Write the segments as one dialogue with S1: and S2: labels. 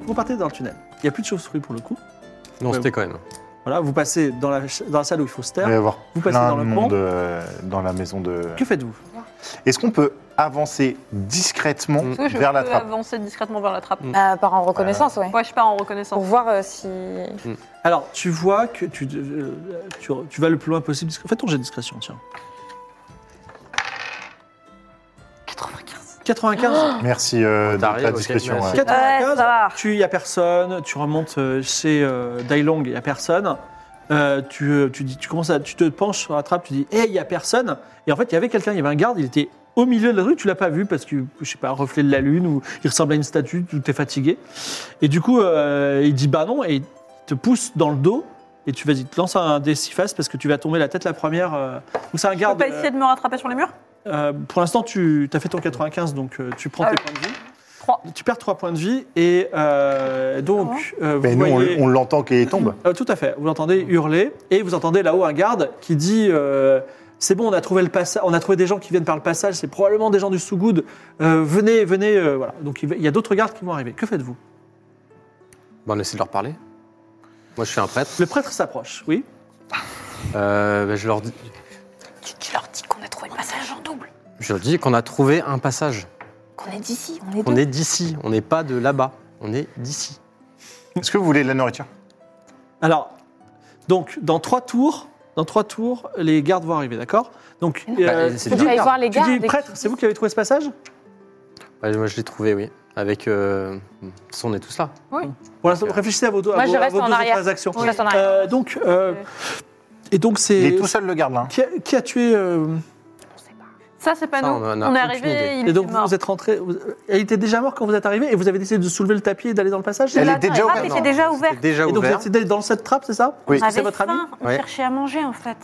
S1: Vous partez dans le tunnel. Il n'y a plus de chauves-souris pour le coup.
S2: Non,
S1: Ouais.
S2: c'était quand même.
S1: Voilà, vous passez dans la, ch- dans la salle où il faut se
S3: Il va y
S1: taire.
S3: avoir
S1: Vous passez
S3: plein
S1: dans
S3: de
S1: le
S3: monde
S1: pont.
S3: euh, dans la maison de.
S1: Que faites-vous
S3: Est-ce qu'on peut avancer discrètement
S2: Mm.
S4: Est-ce que je
S3: vers la
S4: peux
S3: trappe
S4: avancer discrètement vers la trappe
S2: Mm.
S5: Euh, par en reconnaissance, ouais.
S4: Ouais, je pars en
S5: Pour
S4: reconnaissance.
S5: voir euh, si.
S1: Alors, tu vois que tu, euh, tu, tu vas le plus loin possible. Fais ton jet de discrétion, tiens.
S4: 95.
S1: 95
S3: Merci euh, de
S2: T'arrives,
S3: ta
S2: ok,
S3: discrétion.
S2: merci.
S3: ouais.
S4: Ouais, ça
S1: 95
S4: va.
S1: Tu y a personne, tu remontes euh, chez euh, Dailong, il y a personne. Euh, tu, euh, tu, dis, tu, commences à, tu te penches sur la trappe, tu dis Hé, il y a personne. Et en fait, il y avait quelqu'un, il y avait un garde, il était au milieu de la rue, tu l'as pas vu parce que, je sais pas, un reflet de la lune ou il ressemble à une statue, tu t'es fatigué. Et du coup, euh, il dit Bah non, et il te pousse dans le dos. Et tu vas-y, te lance un des six faces parce que tu vas tomber la tête la première. euh, Donc c'est un
S4: Je peux
S1: garde.
S4: pas essayer de me rattraper sur les murs
S1: Euh, pour l'instant, tu as fait ton 95, donc euh, tu prends
S4: Ah
S1: tes
S4: oui.
S1: points de vie.
S4: Trois.
S1: Tu perds 3 points de vie et euh, donc euh, vous
S3: Mais nous, on-
S1: voyez-
S3: on, l'entend qui tombe.
S1: Euh, tout à fait. Vous l'entendez hurler et vous entendez là-haut un garde qui dit euh, c'est bon, on a trouvé le passage, on a trouvé des gens qui viennent par le passage. C'est probablement des gens du Sougoud. Euh, venez, venez, euh, voilà. Donc il va- il y a d'autres gardes qui vont arriver. Que faites-vous
S2: Bon, Bah, on essaie de leur parler. Moi, je suis un prêtre.
S1: Le prêtre s'approche. Oui.
S2: Euh, ben, je, leur dis,
S4: Tu, tu leur dis qu'on a trouvé le passage en double.
S2: je leur dis qu'on a trouvé un passage.
S4: Qu'on est d'ici, on est
S2: On est d'ici. On n'est pas de là-bas. On est d'ici.
S1: Mm.
S3: Est-ce que vous voulez de la nourriture
S1: Alors donc dans trois tours, dans trois tours, les gardes vont arriver, d'accord Donc
S5: euh,
S1: euh,
S2: Bah, c'est
S1: tu
S2: bien.
S1: dis-
S5: Allez voir les
S1: tu
S5: gardes.
S1: dis
S5: et-
S1: prêtre, c'est vous qui avez trouvé ce passage
S2: Ouais, moi, je l'ai trouvé, oui. Avec. Euh... de toute façon, on est tous là.
S1: Voilà,
S3: euh,
S1: réfléchissez à vos, deux- à
S5: Moi,
S1: vos-
S5: je
S1: à
S5: reste
S1: vos
S5: en
S1: deux
S5: arrière.
S1: autres actions.
S5: Je reste en arrière.
S1: Euh, donc, euh, et donc
S3: Il
S1: c'est
S3: est tout seul le garde là. hein.
S1: qui, a, qui a tué euh,
S4: Ça, c'est pas
S2: Ça,
S4: nous.
S2: on en
S4: On,
S2: a
S4: est
S2: aucune idée.
S4: arrivé, il
S1: Et
S4: est
S1: donc
S4: mort.
S1: vous êtes rentré. vous- euh, elle était déjà morte quand vous êtes arrivé et vous avez décidé de soulever le tapis et d'aller dans le passage. c'est
S3: Elle
S1: ça
S3: est
S4: Attends,
S3: déjà
S4: ah,
S3: ouverte.
S4: t'étais
S2: Non,
S4: déjà
S2: c'était
S4: ouvert.
S2: Déjà
S1: Et donc vous
S2: ouvert.
S1: étiez dans cette trappe, c'est ça
S3: Oui.
S4: On
S1: C'est
S4: avait
S1: votre ami
S4: faim, on
S2: Ouais.
S4: cherchait à manger en fait.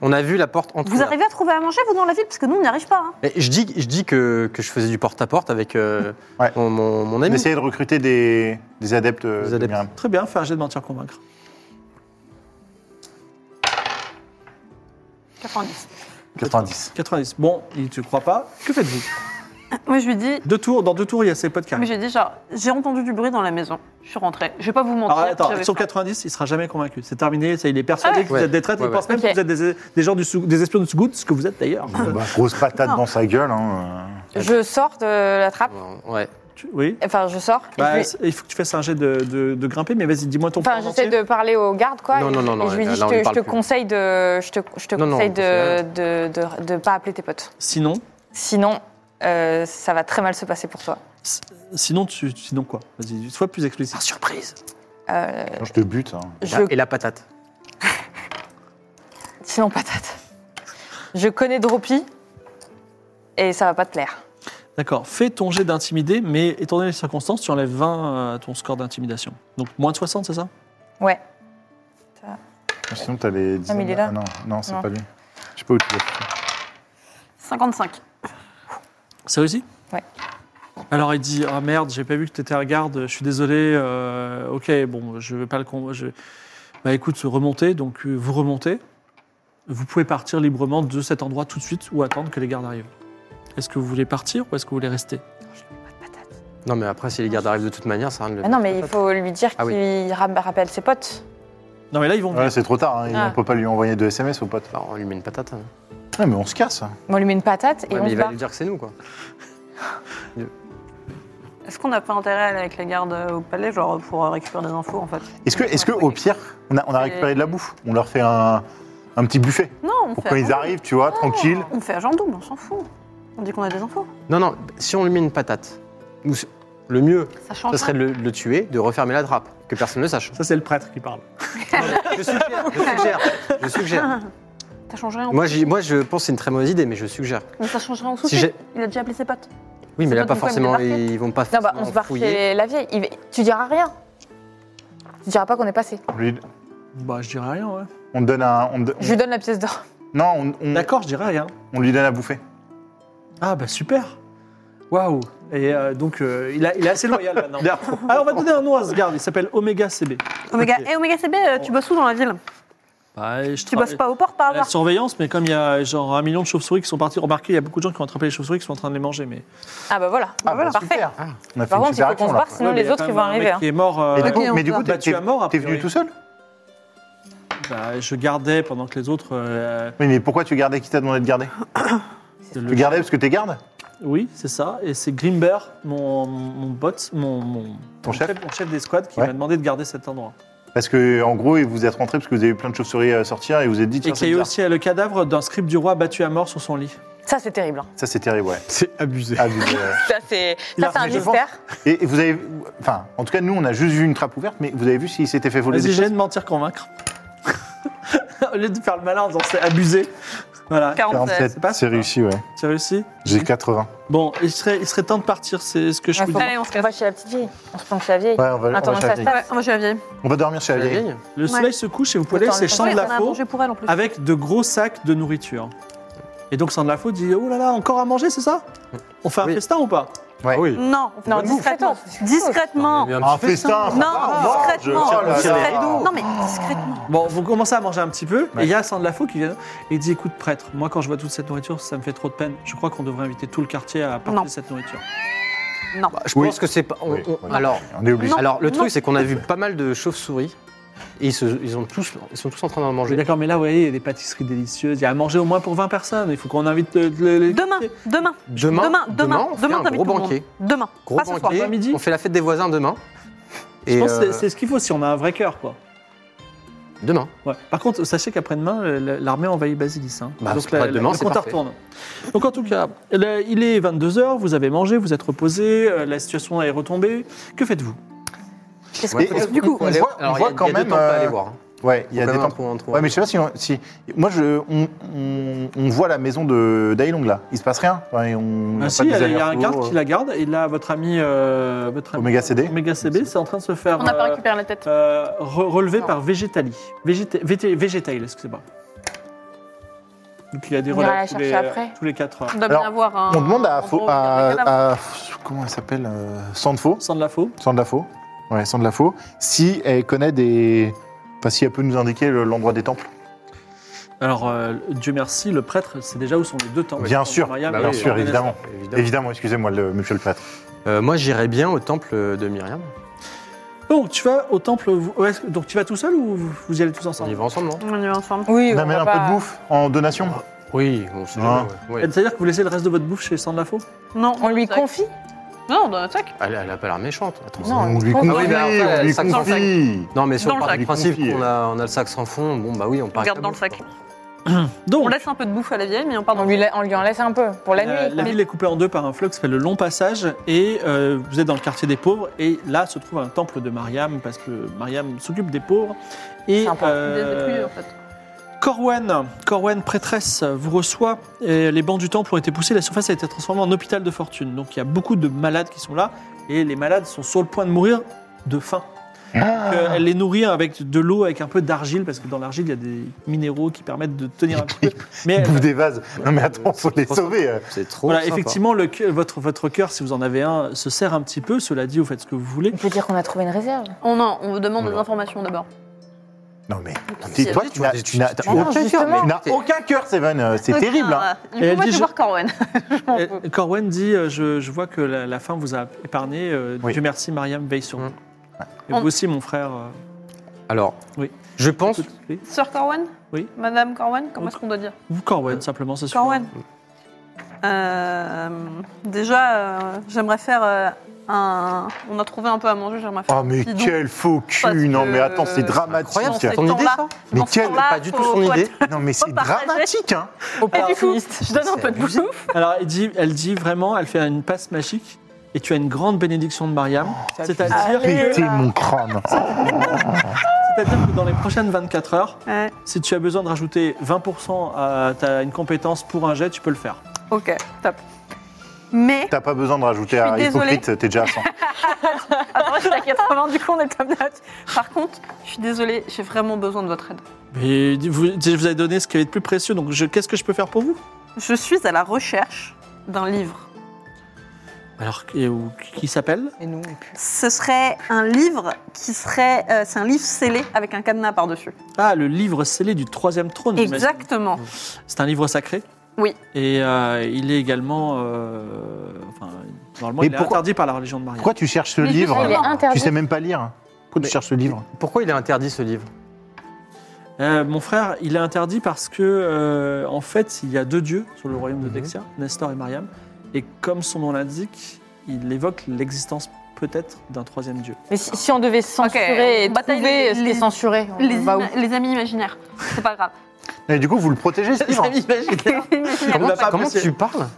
S2: On a vu la porte entre.
S4: Vous arrivez à trouver à manger, vous, dans la ville Parce que nous, on n'y arrive pas. hein.
S2: Mais je dis, je dis que, que je faisais du porte-à-porte avec euh,
S3: Ouais.
S2: mon, mon- mon
S3: On
S2: ami.
S3: essayait de recruter des, des adeptes. euh,
S2: Des
S3: de
S2: adeptes.
S3: Myriam.
S1: Très bien, fais un jet de mentir convaincre.
S4: 90.
S3: 90.
S1: 90. Bon, il ne te croit pas. Que faites-vous
S4: Moi, je lui dis,
S1: Deux tours, dans deux tours, il y a ses potes qui
S4: mais
S1: arrivent.
S4: j'ai dit genre, j'ai entendu du bruit dans la maison. Je suis rentrée. Je vais pas vous mentir.
S1: Alors Ah, attends,
S4: j'avais
S1: sur
S4: faim.
S1: 90, il sera jamais convaincu. C'est terminé, ça, il est persuadé
S4: Ah ouais
S1: que vous
S2: Ouais.
S1: êtes des traîtres,
S2: Ouais,
S1: il pense même
S4: ouais.
S1: que vous êtes des, des gens du sous- des espions du Sougoud, ce que vous êtes d'ailleurs.
S3: Bah, grosse patate dans sa gueule. hein.
S5: Je sors de la trappe.
S2: Ouais.
S1: Tu- oui.
S5: Enfin, je sors. et je
S1: Bah,
S5: lui-
S1: c'est- il faut que tu fasses un jet de, de- de grimper, mais vas-y, dis-moi ton
S5: Enfin,
S1: plan en
S5: j'essaie
S1: entier.
S5: de parler aux gardes, quoi.
S2: Non, non, non,
S5: et
S2: non,
S5: je lui
S2: là,
S5: dis,
S2: là, on lui
S5: je te,
S2: parle
S5: je te
S2: plus.
S5: conseille de, je te, je te
S2: Non, non,
S5: conseille
S2: on
S5: de, de, de, de pas appeler tes potes.
S1: Sinon,
S5: Sinon, euh, ça va très mal se passer pour toi.
S1: sinon, tu, sinon quoi Vas-y, sois plus explicite.
S2: surprise.
S5: Euh,
S3: Non, Je te bute. hein.
S5: je,
S2: Bah, Et la patate.
S5: sinon, patate. Je connais Dropi et ça va pas te plaire.
S1: D'accord. Fais ton jet d'intimider, mais étant donné les circonstances, tu enlèves 20 à ton score d'intimidation. Donc moins de 60, c'est ça
S5: Ouais.
S3: Sinon, t'as les.
S5: Ah, mais il est là.
S3: non, non, c'est
S5: Non.
S3: pas lui. Je sais pas où tu l'as.
S4: 55.
S1: C'est réussi
S5: Ouais.
S1: Alors il dit Ah merde, j'ai pas vu que t'étais à la garde, je suis désolé, euh, ok, bon, je vais pas le. Con je... Bah écoute, remontez, donc euh, vous remontez. Vous pouvez partir librement de cet endroit tout de suite ou attendre que les gardes arrivent. Est-ce que vous voulez partir ou est-ce que vous voulez rester
S2: Non, mais après, si les gardes arrivent de toute manière, ça rien de le
S5: Mais Ah non, mais il faut lui dire
S2: Ah oui.
S5: qu'il ra- rappelle ses potes.
S1: Non, mais là, ils vont venir.
S3: Ouais, c'est trop tard. hein.
S5: Ah.
S3: On peut pas lui envoyer de SMS au pote.
S2: Bah, on lui met une patate. hein.
S3: Non, mais on se casse.
S5: On lui met une patate et
S2: Ouais,
S5: on
S2: mais
S5: se
S2: il va
S5: barre.
S2: lui dire que c'est nous, quoi.
S4: Est-ce qu'on n'a pas intérêt à aller avec les gardes euh, au palais, genre pour euh, récupérer des infos en fait
S3: Est-ce que, est-ce que au pire, on a, on a récupéré de la bouffe On leur fait un, un petit buffet
S4: Non, on
S3: pour
S4: fait.
S5: Oh.
S3: quand ils arrivent, tu vois, tranquille.
S4: On fait agent double, on s'en fout. On dit qu'on a des infos.
S2: Non, non, si on lui met une patate, ou si- le mieux,
S4: Ça chante.
S2: ce serait de le, de le tuer, de refermer la trappe, que personne ne sache.
S1: Ça, c'est le prêtre qui parle.
S2: Je suggère, je suggère, je
S4: Ah,
S2: suggère.
S4: Ça changerait en
S2: Moi, j'y- moi, je pense que c'est une très mauvaise idée, mais je suggère.
S4: Mais ça changerait en
S2: Si
S4: souci.
S2: j'ai-
S4: Il a déjà appelé ses potes.
S2: Oui, mais
S5: C'est
S2: là,
S5: pas
S2: pas
S5: qu'on peut me
S2: forcément,
S5: débarquer.
S2: ils vont pas
S5: Non, bah,
S2: forcément
S5: on se barre
S2: fouiller.
S5: chez la vieille. Il va- Tu diras rien. Tu diras pas qu'on est passé.
S3: On, lui-
S1: Bah, je dirais rien, ouais.
S3: on donne un. on- on-
S5: Je lui donne la pièce d'or.
S3: non, on, on-
S1: D'accord, je dirais rien.
S3: on lui donne à bouffer.
S1: Mm. Ah, bah, super. Waouh. Et euh, donc, euh, il, a- il est assez loyal maintenant.
S3: Bien.
S1: Alors, on va donner un nom à ce garde. Il s'appelle Omega CB.
S4: Oméga,
S1: Ok.
S4: Eh, Oméga CB, euh, tu bosses où dans la ville
S1: Bah, je
S4: Tu bosses pas aux portes par
S1: à la
S4: hasard
S1: surveillance, mais comme il y a genre un million de chauves-souris qui sont partis, remarquez, il y a beaucoup de gens qui ont attrapé les chauves-souris qui sont en train de les manger. Mais
S5: Ah bah voilà.
S3: Ah, bah,
S5: Parfait.
S3: super. On a fait
S5: Par
S3: une
S5: contre, il
S3: super
S5: faut qu'on
S3: action
S5: se
S3: là.
S5: barre, sinon
S1: Ouais, mais
S5: les
S1: y a
S5: autres
S1: quand
S5: ils
S1: même
S5: vont
S1: un
S5: arriver.
S1: mec
S5: hein.
S1: qui est mort. euh,
S3: Mais du
S4: Ok,
S3: coup,
S4: on
S3: mais du
S4: se
S3: coup,
S1: barre.
S3: t'es
S1: Bah, tu
S3: t'es-
S1: vas mort, a
S3: t'es venu
S1: priori.
S3: tout seul
S1: bah, je gardais pendant que les autres. euh,
S3: Oui, mais pourquoi tu gardais Qui t'a demandé de garder
S1: le-
S3: Tu gardais parce que t'es garde
S1: Oui, c'est ça. Et c'est Grimber, mon, mon bot, mon, mon,
S3: Ton
S1: mon
S3: chef
S1: mon chef des squads, qui
S3: Ouais.
S1: m'a demandé de garder cet endroit.
S3: Parce que, en gros, vous êtes rentré parce que vous avez eu plein de chauves-souris à sortir et vous êtes dit,
S1: Et
S3: tiens,
S1: qu'il
S3: c'est
S1: y a eu
S3: bizarre.
S1: aussi euh, le cadavre d'un scribe du roi battu à mort sur son lit.
S5: Ça c'est terrible. hein.
S3: Ça, c'est terrible, ouais.
S2: C'est abusé.
S3: Ah, vous, euh,
S5: Ça c'est
S1: Il
S5: ça
S1: a
S5: c'est un
S1: fait, je
S5: mystère.
S3: et et vous avez. Enfin, en tout cas, nous, on a juste vu une trappe ouverte, mais vous avez vu s'il s'était fait voler
S1: Vas-y,
S3: des
S1: j'ai
S3: choses
S1: de mentir, convaincre. Au lieu de faire le malin en disant c'est abusé. Voilà,
S4: 47.
S1: c'est pas-
S3: c'est réussi, ouais.
S1: tu as réussi
S3: J'ai 80.
S1: Bon, il serait, il serait temps de partir, c'est ce que je
S5: Ouais,
S1: peux
S5: faut-
S1: dire.
S4: Allez, on se
S5: On
S4: casse.
S5: va chez la petite vieille. On se plante chez la vieille.
S3: Ouais, on va, on
S5: Attends,
S3: va chez la
S5: ça se
S3: vieille.
S4: Ah ouais, moi j'ai la vieille.
S3: On va dormir chez la vieille.
S1: Le
S4: Ouais.
S1: soleil se couche et vous pouvez aller
S5: Attends,
S1: chez
S5: attends,
S1: Jean de
S4: Oui,
S1: la
S4: on a
S1: Faux
S4: mangé pour elle en plus.
S1: avec de gros sacs de nourriture. Et donc Jean de la Faux dit Oh là là, encore à manger, c'est ça On fait un
S2: Oui.
S1: festin ou pas
S2: Oui.
S4: Non, non,
S5: Non, discrètement.
S4: discrètement. Discrètement.
S2: Mais un
S3: Un
S2: petit peu-
S3: festin
S4: Non, discrètement.
S3: je- tiens, là, là,
S4: Discrètement.
S3: là.
S4: Non, mais discrètement.
S1: Bon, vous commencez à manger un petit peu,
S2: Ouais.
S1: et il y a Saint de la Faux qui vient et dit Écoute, prêtre, moi quand je vois toute cette nourriture, ça me fait trop de peine. Je crois qu'on devrait inviter tout le quartier à partager
S4: Non.
S1: cette nourriture.
S4: Non.
S2: Je
S3: Oui.
S2: pense que c'est pas. on-
S3: Oui,
S2: on-
S3: oui.
S2: Alors,
S3: On est obligé.
S4: Non.
S2: alors le
S4: non.
S2: truc, c'est qu'on a vu pas mal de chauves-souris. Et ils, se- ils ont tous, ils sont tous en train d'en
S1: Oui,
S2: manger.
S1: d'accord, mais là, vous voyez, il y a des pâtisseries délicieuses, il y a à manger au moins pour 20 personnes, il faut qu'on invite le, le- le-
S4: Demain, demain,
S2: Demain,
S4: demain, demain,
S2: on fait
S4: demain,
S2: un
S4: t'invites
S2: gros
S4: tout le monde.
S2: banquet.
S4: Demain,
S2: Gros
S4: pas ce soir.
S2: banquet.
S1: Après-midi.
S2: On fait la fête des voisins demain.
S1: Je pense que c'est-
S2: euh,
S1: c'est ce qu'il faut si on a un vrai cœur, quoi.
S2: demain.
S1: Ouais. Par contre, sachez qu'après-demain, euh, l'armée envahit Basilis. hein.
S2: Bah,
S1: Donc
S2: c'est pas demain,
S1: le
S2: c'est
S1: compte
S2: parfait.
S1: retourne. Donc en tout cas, le- il est 22h, vous avez mangé, vous êtes reposé, euh, la situation est retombée. Que faites-vous
S4: Qu'est-ce
S3: Et-
S4: que du coup
S3: on voit- on voit quand même,
S2: Il y a deux temps pas
S3: euh,
S2: aller voir. hein.
S3: Ouais, il y
S2: Faut
S3: a
S2: quand
S3: des
S2: même un
S3: temps.
S2: trou- un trou-
S3: Ouais, mais je sais pas si. on- si- Moi, je, on, on- on voit la maison de d'Ailong là. Il se passe rien. Enfin, et on
S1: Ah
S3: a
S1: si,
S3: pas
S1: il
S3: des
S1: y a- il y a un
S3: allers-retours,
S1: garde
S3: euh.
S1: qui la garde, et là, votre ami, euh, votre ami
S3: Omega CD.
S1: Omega CB, c'est en train de se faire
S5: On n'a pas
S1: euh,
S5: récupéré la tête.
S1: euh, re- relever
S5: Non.
S1: par Vegetali. Végéta- Vété- Végétale, excusez-moi. Donc il y a des
S5: On ira la
S1: relais tous, les-
S5: chercher après.
S1: tous les 4 heures.
S4: On doit
S3: Alors,
S4: bien avoir un.
S3: On demande à,
S4: un
S5: Oh,
S3: Faux-
S4: gros
S3: à,
S4: cadavre.
S3: à- comment elle s'appelle euh, Sandfo,
S1: Sans de la faux.
S3: Sandla Faux. Ouais, Sandla Faux. Si elle connaît des, enfin si elle peut nous indiquer le- l'endroit des temples.
S1: Alors, euh, Dieu merci, le prêtre sait déjà où sont les deux temples.
S3: Bien sûr,
S1: Maria,
S3: bah
S1: mais
S3: oui,
S1: on
S3: sûr,
S1: connaît
S3: évidemment.
S2: Évidemment.
S3: Évidemment, excusez-moi, le, monsieur le prêtre.
S2: Euh, moi, j'irais bien au temple de Myriam.
S1: Donc tu vas au temple, vous- ouais, est-ce que- donc tu vas tout seul ou vous, vous y allez tous
S2: On y
S1: ensemble
S2: va ensemble, non
S4: On y va ensemble.
S5: Oui,
S3: On
S5: on
S3: amène
S5: va
S3: un peu
S5: pas-
S3: de bouffe en donation.
S2: Oui, on se
S3: Ah.
S2: ouais. Ouais.
S1: C'est-à-dire que vous laissez le reste de votre bouffe chez Sandlafo
S4: Non,
S5: On lui confie.
S4: Non, on donne un sac.
S2: Elle, elle a pas l'air méchante. Attends.
S5: Non,
S3: on lui
S5: on-
S3: confie,
S5: Ah oui,
S2: mais après,
S3: on lui
S2: sac sans sac.
S3: confie.
S2: Non, mais si
S4: Dans
S2: on
S4: le
S2: part
S4: sac.
S2: du principe
S3: Confie,
S2: qu'on a, on a le sac sans fond, bon, bah oui, on part.
S4: garde
S2: avec la
S4: dans le
S2: bouffe,
S4: sac.
S2: quoi.
S1: Donc,
S4: On laisse un peu de bouffe à la vieille, mais on part
S5: On
S4: dans
S5: lui, la- on lui en laisse un peu pour la
S1: euh,
S5: nuit.
S1: la
S5: quoi.
S1: ville est coupée en deux par un fleuve qui s'appelle le Long Passage et euh, vous êtes dans le quartier des pauvres et là se trouve un temple de Mariam parce que Mariam s'occupe des pauvres et
S5: C'est important.
S4: des
S1: euh,
S4: dépouillés, en fait.
S1: Corwen, Corwen, prêtresse, vous reçoit. Et les bancs du temple ont été poussés, la surface a été transformée en hôpital de fortune. Donc il y a beaucoup de malades qui sont là, et les malades sont sur le point de mourir de faim. Donc, euh, elle les nourrit avec de l'eau, avec un peu d'argile, parce que dans l'argile, il y a des minéraux qui permettent de tenir un petit peu. Mais
S3: Il
S1: elle-
S3: Ah, bouffe des vases. Non mais attends, faut les
S2: Trop
S3: sauver. hein.
S2: C'est trop.
S1: voilà,
S2: sympa.
S1: effectivement, le, cœur- votre, votre cœur, si vous en avez un, se serre un petit peu. Cela dit, vous faites ce que vous voulez.
S5: On peut dire qu'on a trouvé une réserve.
S4: Oh non, on vous demande
S2: On
S4: des
S2: va.
S4: informations d'abord.
S3: Non mais,
S2: Ah,
S4: si,
S3: toi,
S2: vas-y,
S3: tu
S2: tu
S3: n'as
S2: vas-
S3: tu n'as-
S2: tu-
S3: tu n'as
S5: Non,
S3: aucun cœur.
S5: justement.
S3: Tu n'as aucun cœur, Seven. euh, C'est terrible. hein.
S4: Il
S1: Et
S4: faut
S1: elle
S4: moi,
S1: dit, je-
S4: je vais voir Corwen.
S1: Et Corwen dit euh, je, je vois que la, la faim vous a épargné. euh,
S3: Oui.
S1: Dieu merci, Mariam veille sur
S2: Mm.
S1: vous. Et
S4: On-
S1: vous aussi, mon frère. euh,
S2: Alors,
S1: Oui.
S2: je pense.
S1: écoute, oui.
S4: Sœur Corwen
S1: Oui.
S4: Madame Corwen Comment
S1: Oui.
S4: est-ce qu'on doit dire
S1: Ou Corwen, simplement, c'est sûr.
S4: Corwen. Euh, déjà, euh, j'aimerais faire euh, un- On a trouvé un peu à manger, j'aimerais faire.
S3: Ah, mais
S4: Dis donc.
S3: quel faux
S4: Parce
S3: cul Non,
S4: que-
S3: mais attends, c'est
S2: Incroyable,
S3: dramatique.
S2: c'est ton
S4: Dans
S2: idée
S4: là-
S2: ça
S3: Mais
S4: Dans ce
S3: quel-
S4: temps-là,
S2: Oh, Pas du tout
S4: faut-
S2: son
S4: faut
S2: idée.
S4: être-
S3: Non, mais c'est
S4: partager.
S3: dramatique, hein
S4: Et du coup,
S5: Opportuniste.
S4: je donne un peu de
S2: abusé.
S4: bouffe.
S1: Alors, elle dit, elle dit vraiment, elle fait une passe magique et tu as une grande bénédiction de Mariam. C'est-à-dire que,
S3: Pétez mon crâne
S1: c'est-à-dire que dans les prochaines 24 heures,
S4: Ouais.
S1: si tu as besoin de rajouter 20% à ta, une compétence pour un jet, tu peux le faire.
S4: Ok, top. Mais.
S3: T'as pas besoin de rajouter à
S4: suis désolée.
S3: hypocrite, t'es déjà à 100.
S4: Attends, j'étais à 80, du coup, on est top notch. Par contre, je suis désolée, j'ai vraiment besoin de votre aide.
S1: Mais vous, vous avez donné ce qui est de plus précieux, donc je- qu'est-ce que je peux faire pour vous
S4: Je suis à la recherche d'un livre.
S1: Alors, et- ou- qui s'appelle
S5: Et nous,
S4: Ce serait un livre qui serait. euh, c'est un livre scellé avec un cadenas par-dessus.
S1: Ah, le livre scellé du troisième trône. j'imagine.
S4: Exactement.
S1: C'est un livre sacré.
S4: Oui.
S1: Et euh, il est également, euh, enfin, normalement,
S3: Mais
S1: il est
S3: pourquoi-
S1: interdit par la religion de Marie.
S3: Pourquoi tu cherches ce
S4: Mais
S3: livre
S4: justement,
S3: Tu sais même pas lire. hein. Pourquoi
S2: Mais-
S3: tu cherches ce livre
S2: Pourquoi il est interdit ce livre
S1: Euh, mon frère, il est interdit parce que, euh, en fait, il y a deux dieux sur le royaume de
S2: Mhm.
S1: Dexia, Nestor et Mariam. Et comme son nom l'indique, il évoque l'existence peut-être d'un troisième dieu.
S5: Mais si, si on devait censurer et
S4: on bataille
S5: trouver
S4: les-
S5: ce qui
S4: les-
S5: est censuré, on
S4: Les,
S5: va où
S4: ima- les amis imaginaires. C'est pas grave.
S3: Et du coup, vous le protégez, ce livre
S4: Les amis imaginaires.
S1: l'a
S2: Comment,
S1: pas
S2: comment
S1: apprécié.
S2: tu parles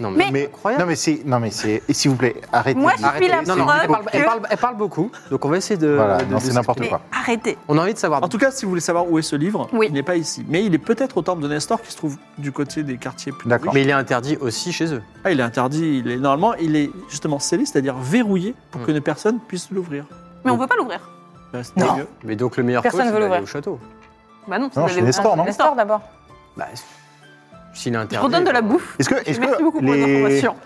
S2: Non mais,
S3: mais,
S2: incroyable.
S3: non mais c'est non mais c'est et s'il vous plaît arrêtez.
S4: Moi,
S3: de-
S4: je suis la
S3: c'est
S2: non, non,
S4: preuve
S2: elle, parle, elle
S4: que-
S2: parle- elle parle beaucoup, donc on va essayer de.
S3: Voilà,
S2: de-
S3: non,
S2: de
S3: c'est n'importe
S4: Mais
S2: s'expliquer.
S3: quoi.
S4: arrêtez.
S2: On a envie de savoir.
S1: En tout cas, si vous voulez savoir où est ce livre,
S4: Oui.
S1: il n'est pas ici. Mais il est peut-être au temple de Nestor qui se trouve du côté des quartiers plus
S3: D'accord.
S2: mais il est interdit aussi chez eux.
S1: Ah, il est interdit. Il est, normalement, il est justement scellé, c'est-à-dire verrouillé pour
S2: Mm.
S1: que ne personne puisse l'ouvrir.
S4: Mais on peut pas l'ouvrir.
S1: Bah, c'est
S5: Non.
S1: dégueu.
S2: Mais donc le meilleur
S5: Personne
S2: truc,
S5: veut
S2: c'est
S5: l'ouvrir.
S2: d'aller au château.
S4: Bah non, c'est
S3: Non,
S4: d'aller
S3: chez
S4: au-
S3: Nestor, non
S4: chez
S5: Nestor d'abord.
S2: Bah, s'il est interdit. euh,
S4: Je redonne de la bouffe.
S3: Est-ce que est-ce
S4: Merci beaucoup
S3: que
S4: pour les
S3: les
S4: informations.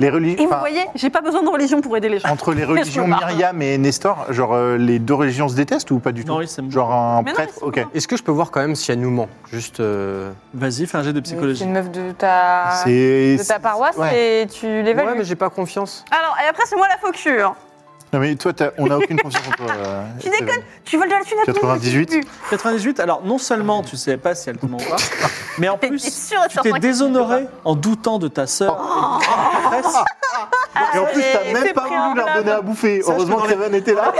S3: les religions
S4: Et vous voyez, j'ai pas besoin de religion pour aider les gens.
S3: entre les religions
S4: Je me barre.
S3: Myriam et Nestor, genre euh, les deux religions se détestent ou pas du tout
S1: Non, ils s'aiment
S3: Genre un
S4: Mais non,
S3: prêtre,
S4: ils sont
S3: ok.
S4: copains.
S2: Est-ce que je peux voir quand même si elle nous ment Juste. euh,
S1: Vas-y, fais un jet de
S5: C'est
S1: psychologie.
S5: une meuf de ta,
S3: C'est
S5: de ta paroisse
S3: ouais.
S5: et tu
S2: Ouais,
S5: l'évalues.
S2: mais j'ai pas confiance.
S4: Alors, et après, c'est moi la faucure.
S3: Non mais toi, t'as- on n'a aucune confiance en toi. euh,
S4: Tu
S3: Esteban.
S4: Tu voles de la thune à tout le monde,
S3: 98.
S4: tu- tu-
S1: 98. Alors, non seulement tu sais pas si elle te ment ou pas, mais en
S4: T'es
S1: plus,
S4: sûr
S1: tu
S4: et
S1: t'es
S4: certain que-
S1: déshonoré en doutant de ta sœur.
S2: Oh.
S1: et de ta presse.
S3: Et en plus,
S4: Allez,
S3: t'as même
S4: Ah, c'est
S3: pas voulu leur donner à bouffer.
S1: Sache
S3: Heureusement
S1: que dans
S3: que Evan était là.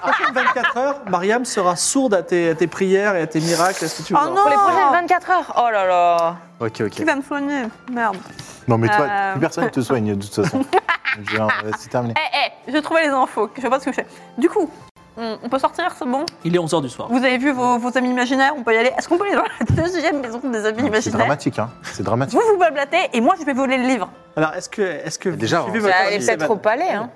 S1: Prochaines 24 heures, Mariam sera sourde à tes, à tes prières et à tes miracles. Est-ce que tu veux
S4: Oh
S1: voir
S4: non
S5: Pour les prochaines 24 heures. Oh là là.
S2: Ok, ok.
S4: Qui va me soigner Merde.
S3: Non mais toi,
S4: Euh.
S3: plus personne te soigne de toute façon. Genre, euh, C'est terminé.
S4: Eh, eh, j'ai trouvé les infos, je sais pas ce que je fais. Du coup, on, on peut sortir, c'est bon
S1: Il est 11h du soir.
S4: Vous avez vu vos, vos amis imaginaires, on peut y aller. Est-ce qu'on peut aller dans la deuxième maison des amis
S3: C'est
S4: imaginaires
S3: dramatique, hein. C'est dramatique.
S4: Vous vous blablatez et moi je vais voler le livre.
S1: Alors, est-ce que, est-ce que
S2: Déjà,
S1: vous suivez
S2: on-
S1: votre
S5: Elle
S1: ami
S5: est Bah, peut-être
S1: Esteban
S5: au palais. Hein.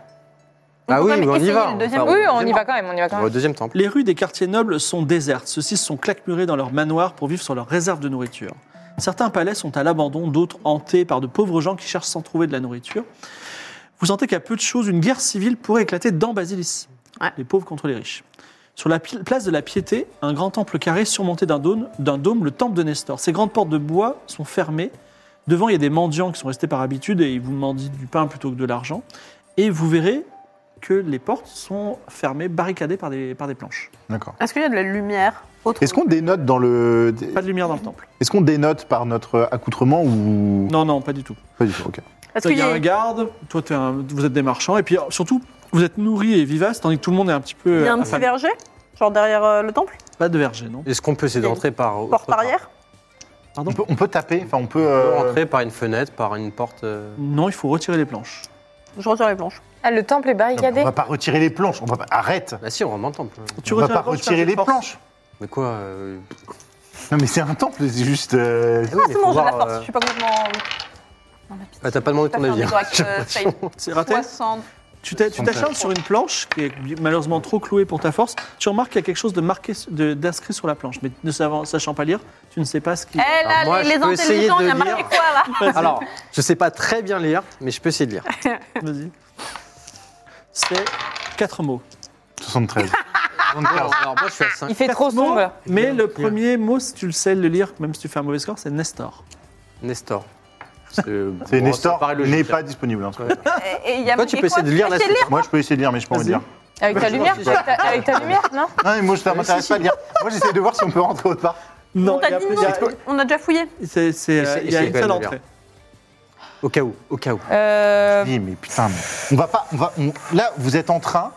S2: Ah oui,
S4: peut quand même
S2: mais on y
S4: essayer
S2: va.
S4: le deuxième.
S2: Enfin,
S5: oui, on y
S2: deuxième-
S5: va quand même. On y va
S2: on
S5: quand
S2: va au
S5: même.
S2: deuxième temple.
S1: Les rues des quartiers nobles sont désertes. Ceux-ci sont claquemurés dans leur manoir pour vivre sur leurs réserves de nourriture. Certains palais sont à l'abandon, d'autres hantés par de pauvres gens qui cherchent sans trouver de la nourriture. Vous sentez qu'à peu de choses, une guerre civile pourrait éclater dans Basilis.
S4: Ouais.
S1: Les pauvres contre les riches. Sur la pi- place de la Piété, un grand temple carré surmonté d'un dôme, d'un dôme, le temple de Nestor. Ses grandes portes de bois sont fermées. Devant, il y a des mendiants qui sont restés par habitude et ils vous demandent du pain plutôt que de l'argent. Et vous verrez que les portes sont fermées, barricadées par des, par des planches.
S3: D'accord.
S4: Est-ce qu'il y a de la lumière autre
S3: Est-ce qu'on dénote dans le.
S1: Pas de lumière dans le temple.
S3: Est-ce qu'on dénote par notre accoutrement ou.
S1: Non, non, pas du tout.
S3: Pas du tout, ok.
S4: Est-ce
S1: Il
S4: qu'il
S1: y a un
S4: y a-
S1: garde, toi t'es un- vous êtes des marchands, et puis euh, surtout, vous êtes nourris et vivaces, tandis que tout le monde est un petit peu...
S4: il y a un
S1: euh,
S4: petit
S1: affamé.
S4: verger Genre derrière euh, le temple
S1: Pas de verger, non
S2: Est-ce qu'on peut essayer
S4: Il y a une
S2: d'entrer par. autre
S4: Porte
S2: part
S4: arrière
S3: On peut, on peut taper, enfin on peut.
S2: On peut
S3: euh,
S2: rentrer par une fenêtre, par une porte. euh,
S1: Non, il faut retirer les planches.
S4: Je retire les planches.
S5: Ah, le temple est
S3: non, mais
S5: barricadé.
S3: on va pas retirer les planches. On va pas... Arrête
S2: Bah si, on rentre dans le temple.
S1: Tu
S3: On va
S1: retires les
S3: pas
S1: planches, fais un
S3: retirer
S1: jet de
S3: les
S1: force.
S3: planches.
S2: Mais quoi euh,
S3: Non, mais c'est un temple, c'est juste. euh,
S2: oui,
S4: Ah,
S2: mais
S4: c'est
S2: faut
S4: bon, j'ai la
S2: voir,
S4: force,
S2: euh,
S4: je suis pas complètement. Non, mais putain,
S2: Ah, t'as pas demandé
S4: je
S2: ton
S4: vais
S2: avis.
S4: faire
S2: hein.
S4: un miracle, euh,
S1: C'est raté
S4: 60.
S1: Tu t'es- tu t'acharnes sur une planche qui est malheureusement trop clouée pour ta force. Tu remarques qu'il y a quelque chose de marqué, de- d'inscrit sur la planche, mais ne savant- sachant pas lire, tu ne sais pas ce qui.
S4: Eh là,
S2: Alors, moi,
S4: les,
S2: je
S4: les
S2: peux essayer
S4: intelligents,
S2: de
S4: il y a
S2: lire.
S4: marqué quoi là
S2: hein. Alors, je sais pas très bien lire, mais je peux essayer de lire.
S1: Vas-y. C'est quatre mots.
S3: 73.
S2: Alors, alors, moi, je suis à 5.
S5: Il fait trop
S1: Mots,
S5: sombre.
S1: mais le premier mot, si tu le sais le lire, même si tu fais un mauvais score, c'est Nestor.
S2: Nestor. C'est
S3: C'est
S2: bon, ça
S3: Nestor
S2: paraît logique,
S3: n'est
S2: hein.
S3: pas disponible. un truc.
S4: Et- Et il y a
S2: Toi, tu
S4: marqué
S2: peux essayer de
S4: quoi
S2: lire la
S4: Essayer
S2: suite.
S3: Moi je peux essayer de lire, mais je peux rien
S2: Vas-y.
S3: dire.
S5: Avec ta
S2: Ouais,
S5: lumière,
S2: je
S5: tu- avec ta- avec ta lumière, non
S3: Non, mais moi je- ça m'intéresse pas de lire. Moi j'essaie de voir si on peut rentrer autre part.
S4: On
S1: il y
S4: t'a
S1: a-
S4: dit
S1: il y a-
S4: non, on a déjà fouillé.
S1: C'est, hein. c'est,
S2: Et
S1: euh,
S2: c'est-
S1: il y a
S2: et c'est
S1: une
S2: quand
S1: seule
S2: même de
S1: entrée.
S2: Au cas où, au cas où.
S5: Euh,
S3: Oui, mais putain, mais on va pas. On va, on- là, vous êtes en train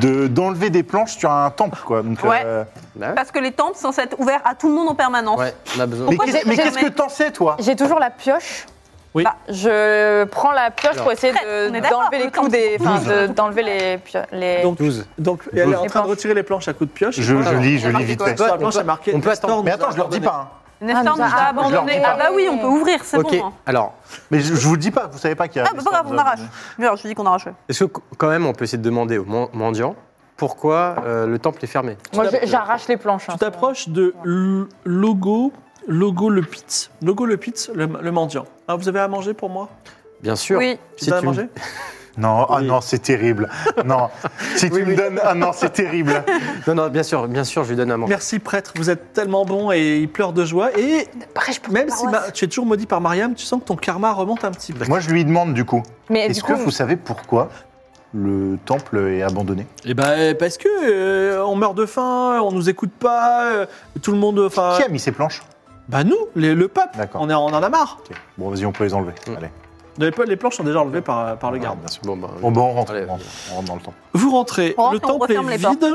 S3: de d'enlever des planches sur un temple, quoi. Donc,
S4: Ouais.
S3: euh,
S2: Bah
S4: Parce que les temples sont censés être ouverts à tout le monde en permanence.
S2: ouais, on a besoin.
S3: Mais
S5: Pourquoi
S3: qu'est-ce
S5: j'ai-
S3: mais
S5: j'ai-
S3: qu'est-ce que t'en sais, toi
S5: J'ai toujours la pioche.
S1: Oui.
S5: Bah, je prends la pioche
S2: Alors,
S5: pour essayer
S4: prête,
S5: de-
S4: on est d'accord,
S5: d'enlever les
S4: le
S5: clous
S4: temps.
S5: des. Enfin,
S3: Douze.
S5: de- d'enlever les, pio- les.
S1: Donc,
S2: 12.
S1: donc elle est en
S5: Les
S1: train de
S5: planches.
S1: retirer les planches à coups de pioche.
S3: je, je lis, je lis vite fait.
S1: Sur la planche, c'est marqué.
S2: on peut attendre.
S3: Mais attends, je leur dis pas. hein.
S4: Nestor
S5: Ah,
S4: nous a
S5: ah,
S3: bon, je leur dis
S4: abandonnés.
S3: pas.
S4: Ah bah oui, on peut ouvrir, c'est
S2: Ok,
S4: bon. hein.
S2: alors,
S3: Mais je, je vous le dis pas, vous savez pas qu'il y a.
S4: Ah bah pas grave, on arrache. Bien, je te dis qu'on arrache. ouais.
S2: est-ce que quand même on peut essayer de demander au men- mendiant pourquoi euh, le temple est fermé
S5: Moi,
S1: tu
S5: je- j'arrache les planches. hein.
S1: Tu t'approches de l- Logo, Logo le Pit. Logo le Pit, le, le mendiant. Ah, vous avez à manger pour moi
S2: Bien sûr.
S5: Oui.
S1: Tu
S2: Si
S1: as à
S2: tu-
S1: manger
S3: Non, ah
S1: Oui.
S3: non, c'est terrible. Non, si tu
S2: Oui,
S3: me
S2: oui.
S3: donnes, ah non, c'est terrible.
S2: Non, non, bien sûr, bien sûr, je lui donne à manger.
S1: Merci prêtre, vous êtes tellement bon et il pleure de joie. Et
S5: Pareil, je peux-
S1: même si ma- tu es toujours maudit par Mariam, tu sens que ton karma remonte un petit peu.
S3: Moi, je lui demande du coup.
S5: Mais du
S3: Est-ce que
S5: coup,
S3: vous savez pourquoi le temple est abandonné
S1: Eh ben parce que euh, on meurt de faim, on nous écoute pas, euh, tout le monde. Enfin,
S3: Qui a mis ces planches
S1: bah nous, les- le peuple.
S3: D'accord.
S1: Euh, On, est, on en a marre.
S3: Ok. Bon, vas-y, on peut les enlever.
S2: Mm.
S3: Allez.
S1: Les, pe- les planches sont déjà enlevées par, par le garde.
S3: Bien sûr.
S2: Bon, bah,
S3: Bon, bah, on rentre,
S2: Allez.
S3: on rentre, on rentre dans le temple.
S1: Vous rentrez,
S4: On rentre
S1: le
S4: et on
S1: temple est
S4: referme les portes.
S1: vide.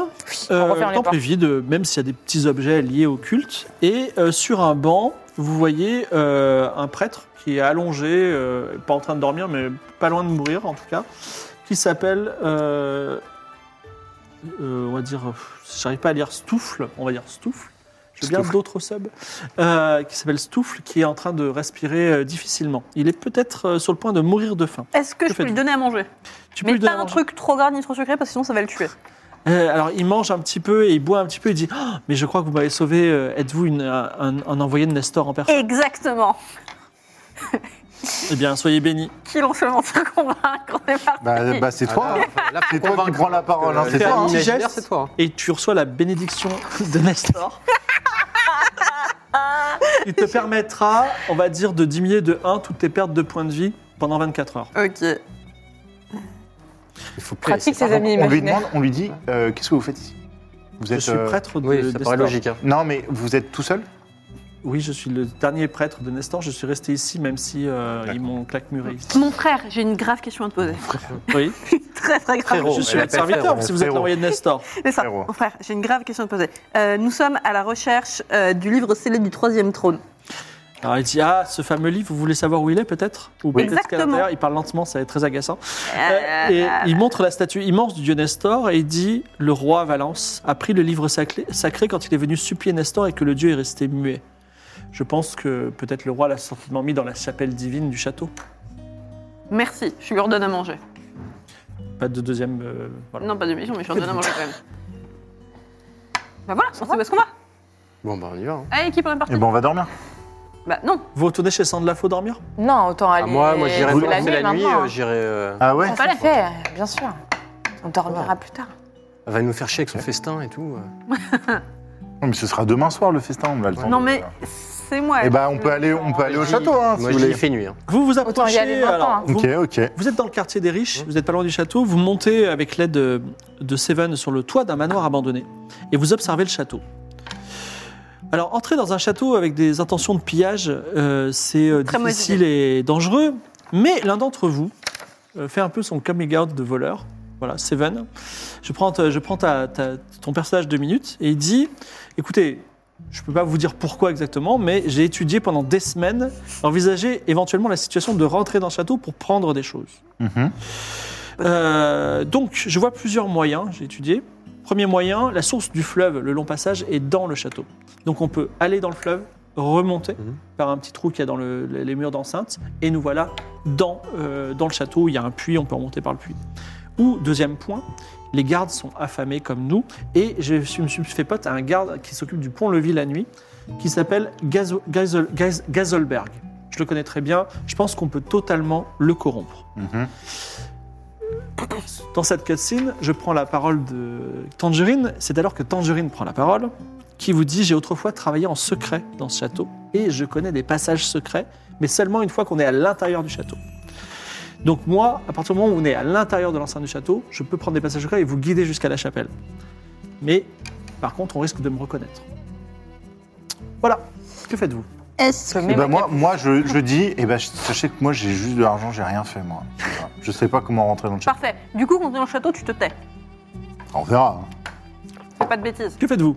S1: Euh, le
S5: on referme les
S1: temple
S5: portes.
S1: est vide, euh, même s'il y a des petits objets liés au culte. Et euh, sur un banc, vous voyez euh, un prêtre qui est allongé, euh, pas en train de dormir, mais pas loin de mourir en tout cas, qui s'appelle, euh, euh, on va dire, euh, j'arrive pas à lire Stouffle, on va dire Stouffle. J'ai bien
S3: Stouffle.
S1: d'autres subs, euh, qui s'appelle Stouffle, qui est en train de respirer euh, difficilement. Il est peut-être euh, sur le point de mourir de faim.
S4: Est-ce que
S1: Que
S4: je peux lui
S1: faites-vous
S4: donner à manger
S1: Tu
S4: Mais
S1: lui
S4: pas
S1: donner à
S4: un
S1: manger
S4: truc trop gras ni trop sucré parce que sinon ça va le tuer.
S1: Euh, alors, il mange un petit peu et il boit un petit peu. Il dit Ah, Mais je crois que vous m'avez sauvé. euh, Êtes-vous une- un, un envoyé de Nestor en personne
S4: Exactement.
S1: Eh bien, soyez bénis.
S4: Qui l'ont seulement se convaincre on est parti.
S3: Bah, bah, c'est
S2: Ah,
S3: toi.
S2: là,
S3: hein.
S2: là,
S3: C'est
S2: faut
S3: toi qui
S2: convaincre.
S3: prends la parole, hein,
S2: Euh, le
S3: c'est
S1: faire
S3: toi.
S1: un
S3: hein.
S1: petit
S2: imaginaire,
S1: geste.
S2: c'est toi. hein.
S1: Et tu reçois la bénédiction de Nestor. il te permettra, on va dire, de diminuer de 1 toutes tes pertes de points de vie pendant 24 heures.
S4: Ok.
S2: Il faut plus-
S5: pratique
S2: c'est
S5: ses
S2: pas-
S5: amis
S3: On lui
S5: imaginaires.
S3: demande, on lui dit, euh, qu'est-ce que vous faites ici Vous
S1: Je
S3: êtes.
S1: suis
S3: euh,
S1: prêtre de
S2: Oui, ça
S1: Nestor.
S2: paraît logique. hein.
S3: Non, mais vous êtes tout seul
S1: Oui, je suis le dernier prêtre de Nestor. Je suis resté ici, même si euh, ils m'ont claquemuré.
S4: Mon frère, j'ai une grave question à te poser.
S1: Oui,
S4: très très grave.
S2: Frérot.
S1: je
S2: elle
S1: suis votre
S2: appelle
S1: serviteur
S2: frérot,
S1: si vous êtes
S3: frérot.
S1: l'envoyé de Nestor.
S4: C'est ça.
S3: Frérot.
S4: Mon frère, j'ai une grave question à te poser. Euh, nous sommes à la recherche euh, du livre scellé du troisième trône.
S1: Alors il dit Ah, ce fameux livre, vous voulez savoir où il est peut-être Ou
S3: Oui.
S1: peut-être qu'à
S4: Exactement.
S1: l'intérieur, il parle lentement, ça va être très agaçant.
S5: Ah,
S4: Euh,
S1: et il montre la statue immense du dieu Nestor et il dit Le roi Valence a pris le livre saclé- sacré quand il est venu supplier Nestor et que le dieu est resté muet. Je pense que peut-être le roi l'a certainement mis dans la chapelle divine du château.
S4: Merci, je lui redonne à manger.
S1: Pas de deuxième. euh, voilà.
S4: Non, pas de mission, mais je suis en donne à manger quand même. Bah voilà, on sait où est-ce qu'on va.
S2: Bon, bah, on y va. hein.
S4: Allez, équipe, on est parti.
S3: Eh ben, on va dormir.
S4: Bah non,
S1: Vous retournez chez Sandlafo dormir
S5: Non, autant
S2: Ah,
S5: aller.
S2: moi, moi j'irai
S5: c'est
S2: c'est la, nuit,
S5: maintenant.
S2: euh, j'irai. euh,
S3: Ah ouais
S5: Ça se fait, bien sûr. On dormira plus tard.
S2: Elle va nous faire chier avec son festin et tout. euh.
S3: Non, Mais ce sera demain soir le festin, on a le temps.
S4: non
S3: de-
S4: mais c'est moi.
S3: Eh ben, on peut aller, on peut aller au château, hein, si vous
S2: Moi, j'y
S3: voulez.
S2: fait nuit. hein.
S1: Vous vous
S5: Autant y
S1: approchez.
S5: aller maintenant, hein.
S1: vous-
S3: Ok, ok.
S1: Vous êtes dans le quartier des riches, vous êtes pas loin du château, vous montez avec l'aide de, de Seven sur le toit d'un manoir abandonné et vous observez le château. Alors, entrer dans un château avec des intentions de pillage, euh, c'est euh,
S4: Très mauvaise
S1: difficile et dangereux, mais l'un d'entre vous euh, fait un peu son coming out de voleur. Voilà, Seven. Je prends, ta- je prends ta- ta- ton personnage deux minutes et il dit Écoutez, je ne peux pas vous dire pourquoi exactement, mais j'ai étudié pendant des semaines, envisagé éventuellement la situation de rentrer dans le château pour prendre des choses.
S3: Mhm.
S1: Euh, donc, je vois plusieurs moyens, j'ai étudié. Premier moyen, la source du fleuve, le long passage, est dans le château. Donc, on peut aller dans le fleuve, remonter
S2: Mhm.
S1: par un petit trou qu'il y a dans le- les les murs d'enceinte, et nous voilà dans, euh, dans le château. Il y a un puits, on peut remonter par le puits. Ou, deuxième point, les gardes sont affamés comme nous, et je suis- me suis fait pote à un garde qui s'occupe du pont-levis la nuit, qui s'appelle Gazo- Gazol- Gaz- Gazolberg. Je le connais très bien, je pense qu'on peut totalement le corrompre.
S3: Mhm.
S1: Dans cette cutscene, je prends la parole de Tangerine. C'est alors que Tangerine prend la parole, qui vous dit J'ai autrefois travaillé en secret dans ce château et je connais des passages secrets, mais seulement une fois qu'on est à l'intérieur du château. Donc, moi, à partir du moment où on est à l'intérieur de l'enceinte du château, je peux prendre des passages secrets et vous guider jusqu'à la chapelle. Mais par contre, on risque de me reconnaître. Voilà. Que faites-vous
S6: Est-ce
S5: Je
S6: que-
S5: mets
S3: Eh ben,
S5: ma
S3: moi, moi je, je dis, eh ben, sachez que moi j'ai juste de l'argent, j'ai rien fait moi. Voilà. Je sais pas comment rentrer dans le château.
S4: Parfait. Du coup, quand on est dans le château, tu te tais.
S3: On verra. hein.
S4: Fais pas de bêtises.
S1: Que faites-vous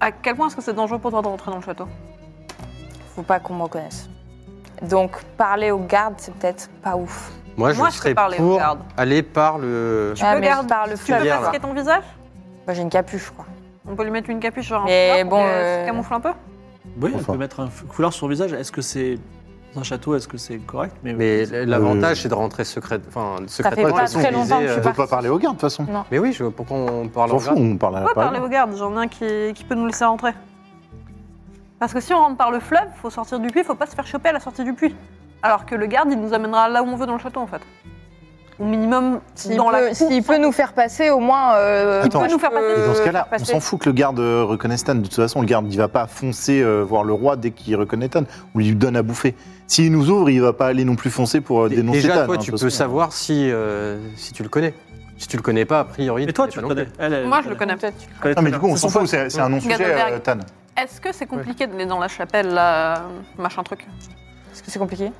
S4: À quel point est-ce que c'est dangereux pour toi de rentrer dans le château
S5: Faut pas qu'on me reconnaisse. Donc, parler aux gardes, c'est peut-être pas ouf.
S2: Moi, je
S4: Moi, je peux
S2: serais
S4: parler aux
S2: pour
S4: gardes.
S2: aller par le.
S4: Tu peux
S5: mais
S4: garder-
S5: je parle
S4: Tu veux
S5: fleuve.
S2: Hier, là.
S4: masquer ton visage
S5: Moi, j'ai une capuche, quoi.
S4: On peut lui mettre une capuche genre un
S5: Mais
S4: foulard pour
S5: bon,
S4: qu'elle
S5: euh,
S4: se camoufle un peu
S1: Oui, on
S3: Bonsoir.
S1: peut mettre un f- foulard sur le visage. Est-ce que c'est dans un château Est-ce que c'est correct
S2: Mais l'avantage,
S3: Euh.
S2: c'est de rentrer secrète. Enfin, secrètement.
S5: pas
S2: de façon,
S5: très longtemps
S2: visée,
S5: que tu
S2: euh,
S3: On peut pas parler aux gardes de toute façon.
S5: Non.
S2: Mais oui, je... pourquoi on parle
S3: On s'en
S2: en
S3: fout, on parle à la
S4: Pourquoi parler
S3: parole.
S4: aux gardes J'en ai un qui, qui peut nous laisser rentrer. Parce que si on rentre par le fleuve, faut sortir du puits, faut pas se faire choper à la sortie du puits. Alors que le garde, il nous amènera là où on veut dans le château en fait. Au minimum,
S5: S'il
S4: dans la
S5: peut,
S4: cour,
S5: s'il
S4: sans-
S5: peut nous faire passer, au moins. euh,
S3: Attends.
S5: je
S4: Il peut nous faire
S5: peux
S4: passer.
S3: Et dans ce cas-là,
S5: faire
S3: on
S5: passer.
S3: s'en fout que le garde euh, reconnaisse Tan. De toute façon, le garde, il va pas foncer euh, voir le roi dès qu'il reconnaît Tan. On lui donne à bouffer. S'il nous ouvre, il va pas aller non plus foncer pour euh,
S2: Dé-
S3: dénoncer
S2: Déjà,
S3: Tan,
S2: toi,
S3: hein, de
S2: tu
S3: toute
S2: peux
S3: façon.
S2: savoir si, euh, si tu le connais. Si tu le connais pas, a priori.
S1: Mais toi,
S2: l'es
S1: tu
S2: pas
S1: le
S2: non
S1: connais.
S2: plus.
S1: Elle, elle
S4: Moi, je le connais.
S5: Peut-être.
S1: connaît
S3: Non,
S1: très
S3: mais
S1: bien.
S3: du coup, on
S1: Ça
S3: s'en
S1: fout.
S3: fout, c'est c'est un non-sujet,
S4: Gadolberg.
S3: euh, Tan.
S4: Est-ce que c'est compliqué d'aller dans la chapelle là, euh, machin truc
S5: Est-ce que c'est compliqué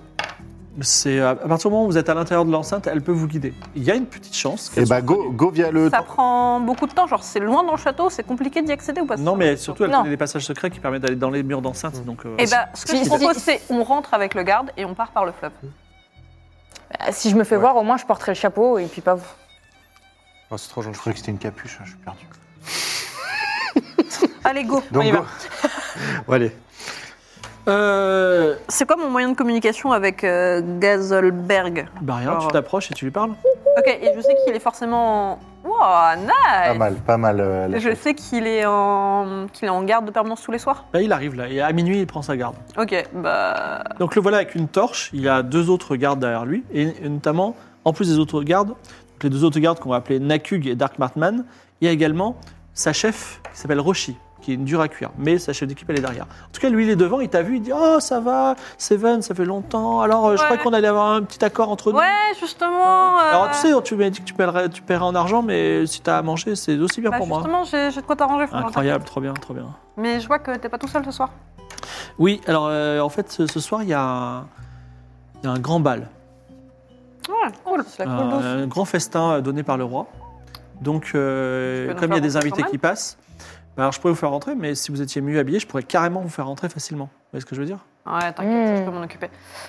S1: C'est euh, à partir du moment où vous êtes à l'intérieur de l'enceinte, elle peut vous guider. Il y a une petite chance.
S3: Et
S1: qu'elle
S3: bah,
S1: soit
S3: go, go via le.
S4: Ça prend beaucoup de temps, genre c'est loin dans le château, c'est compliqué d'y accéder ou
S3: ben,
S4: pas
S1: Non, mais surtout, elle
S5: Non.
S1: connaît des passages secrets qui permettent d'aller dans les murs d'enceinte. Donc, euh,
S4: Et bah, ce que
S5: Si-
S4: je
S5: si-
S4: propose,
S5: si-
S4: c'est on rentre avec le garde et on part par le fleuve.
S5: Bah, Si je me fais voir, au moins, je porterai le chapeau et puis pas vous.
S2: Oh, c'est trop gentil.
S3: Je croyais que c'était une capuche, hein, je suis perdu.
S4: Allez, go
S3: Donc,
S4: On y va.
S3: go.
S4: bah.
S2: Ouais, allez.
S1: euh,
S4: C'est quoi mon moyen de communication avec euh, Gazelberg
S1: bah rien,
S4: Alors-
S1: tu t'approches et tu lui parles.
S4: Ok, et je sais qu'il est forcément. Wow,
S3: Pas
S4: nice
S3: mal, pas mal. euh, la-
S4: Je sais qu'il est en qu'il est en garde de permanence tous les soirs.
S1: Là, Bah, il arrive là. Et à minuit, il prend sa garde.
S4: Ok, bah
S1: Donc le voilà avec une torche, il a deux autres gardes derrière lui, et, et notamment, en plus des autres gardes, donc les deux autres gardes qu'on va appeler Nakug et Dark Martman, il y a également sa chef qui s'appelle Roshi, qui est une dure à cuire, mais sa chef d'équipe elle est derrière. En tout cas, lui il est devant, il t'a vu, il dit Oh ça va, Seven, ça fait longtemps, alors euh, je
S4: Ouais.
S1: crois qu'on allait avoir un petit accord entre nous.
S4: ouais, justement. euh,
S1: Alors tu sais, tu m'as dit que tu paierais, tu paierais en argent, mais si t'as à manger, c'est aussi bien
S4: bah,
S1: pour moi.
S4: justement, j'ai j'ai de quoi t'arranger. faut
S1: Incroyable, trop bien, trop bien.
S4: m'interrompre. Mais je vois que t'es pas tout seul ce soir.
S1: Oui, alors euh, en fait, ce, ce soir, il y, a un- il y a un grand bal.
S4: Ouais, cool.
S5: C'est la cool douce.
S1: un, un grand festin euh, donné par le roi. Donc, euh,
S4: Tu peux nous
S1: comme il y a
S4: faire
S1: des
S4: rentrer
S1: invités
S4: quand même
S1: qui passent, bah, alors je pourrais vous faire rentrer, mais si vous étiez mieux habillé, je pourrais carrément vous faire rentrer facilement. Vous voyez ce que je veux dire
S4: Ouais, t'inquiète,
S5: Mm.
S4: je peux m'en occuper.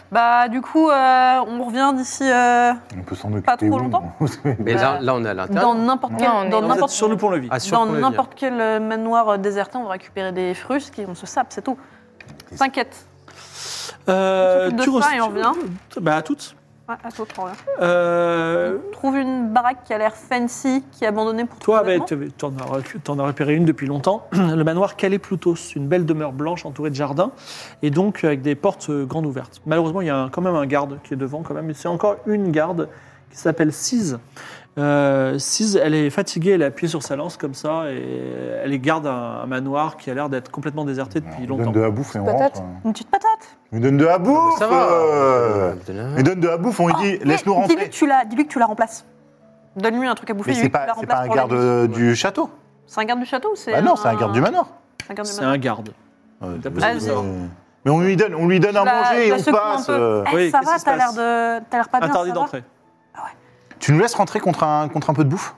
S4: Bah du coup, euh, on revient d'ici euh,
S3: On peut s'en occuper.
S4: Pas trop
S3: où,
S4: longtemps.
S3: non
S2: Mais
S4: Bah,
S2: là, là, on est à l'intérieur.
S4: dans n'importe
S3: Non,
S4: quel
S5: on est-
S4: dans
S5: vous êtes
S1: Vous êtes
S4: n'importe
S1: sur le pont-levis.
S2: Ah, sur
S4: dans
S2: le levier.
S4: n'importe quel euh, manoir euh, déserté, on va récupérer des frusques et on se sape, c'est tout. T'inquiète.
S1: Euh,
S4: On s'occupe de ça
S1: restes-
S4: et on revient.
S1: Bah, à toutes.
S4: Ouais, à toi, on revient.
S1: Euh,
S4: Trouve une baraque qui a l'air fancy, qui est abandonnée pour
S1: toi,
S4: tous les
S1: bah, tu en, as recu- t'en as repéré une depuis longtemps. Le manoir Calais Plutos, une belle demeure blanche entourée de jardins, et donc avec des portes euh, grandes ouvertes. Malheureusement, il y a un- quand même un garde qui est devant, quand même. mais C'est encore une garde qui s'appelle Sise. Euh, Sise, elle est fatiguée, elle est appuyée sur sa lance comme ça, et elle garde un, un manoir qui a l'air d'être complètement déserté depuis
S3: On
S1: longtemps.
S3: donne de la bouffe et on
S5: Patate.
S3: rentre. hein.
S4: Une petite patate.
S3: On donne de la
S2: Non, mais
S3: bouffe
S2: Ah, bah, Ça va.
S3: euh.
S2: Euh,
S3: Il donne de la bouffe, on lui dit
S4: Oh,
S3: laisse-nous
S4: mais Dis-lui
S3: rentrer.
S4: que, tu la- dis-lui que tu la remplaces. Donne-lui un truc à bouffer.
S3: Mais
S4: dis-lui
S3: c'est
S4: que tu la
S3: pas, c'est
S4: remplaces
S3: pas un
S4: pour la
S3: garde
S4: nuit.
S3: euh, du château.
S4: C'est un garde du château ou c'est.
S3: Bah non, c'est un garde du manoir.
S4: C'est un garde du
S1: C'est
S4: manoir.
S1: un garde.
S3: Euh,
S1: T'as
S3: euh,
S1: besoin
S4: de
S1: savoir.
S3: Mais on lui donne, on lui donne à
S4: Tu la-
S3: manger
S4: tu
S3: et
S4: la
S3: on
S4: secoues un
S3: passe.
S4: peu.
S3: euh.
S4: Eh,
S1: Oui,
S4: ça
S1: qu'est-ce
S4: va,
S1: qui se
S4: t'as l'air
S1: passe
S4: de, t'as l'air pas bien.
S1: Interdit
S4: ça va
S1: d'entrer.
S3: Tu nous laisses rentrer contre un, contre un peu de bouffe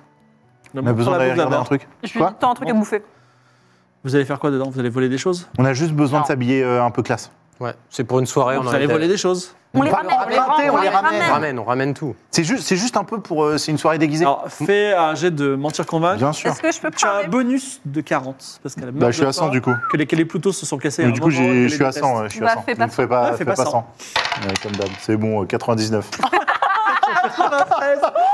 S3: On a besoin d'aller regarder un truc.
S4: Je lui
S3: Quoi
S4: dis t'as un truc à
S1: Bon.
S4: bouffer.
S1: hein. Vous allez faire quoi dedans Vous allez voler des choses
S3: On a juste besoin
S4: Non.
S3: de s'habiller euh, un peu classe.
S2: Ouais, c'est pour une soirée.
S1: Vous
S2: en
S1: allez
S2: Angleterre.
S1: voler des choses
S4: On les
S3: va
S4: ramène, on les
S3: emprunter,
S4: rend,
S3: on les ramène.
S2: On ramène, on ramène tout.
S3: C'est juste, c'est juste un peu pour. euh, c'est une soirée déguisée.
S1: Alors, fais un jet de mentir-convaincre.
S3: Bien sûr.
S4: Est-ce que je peux
S1: Tu as un
S4: prendre
S1: bonus de 40 parce qu'elle a
S3: Bah, je suis à 100 du coup.
S1: que les, que les Plutos se sont cassés. à
S3: Mais
S1: un
S3: du coup,
S1: moment, qu'elle
S3: j'ai-
S1: les
S3: je suis à
S1: déteste.
S3: 100. ouais, Je suis à
S4: Bah,
S3: 100.
S4: fais pas
S3: Donc, fais pas,
S1: Ouais, fais
S3: fais
S1: pas
S3: pas 100. Ouais, comme d'hab. C'est bon, euh, 99.
S4: Ah,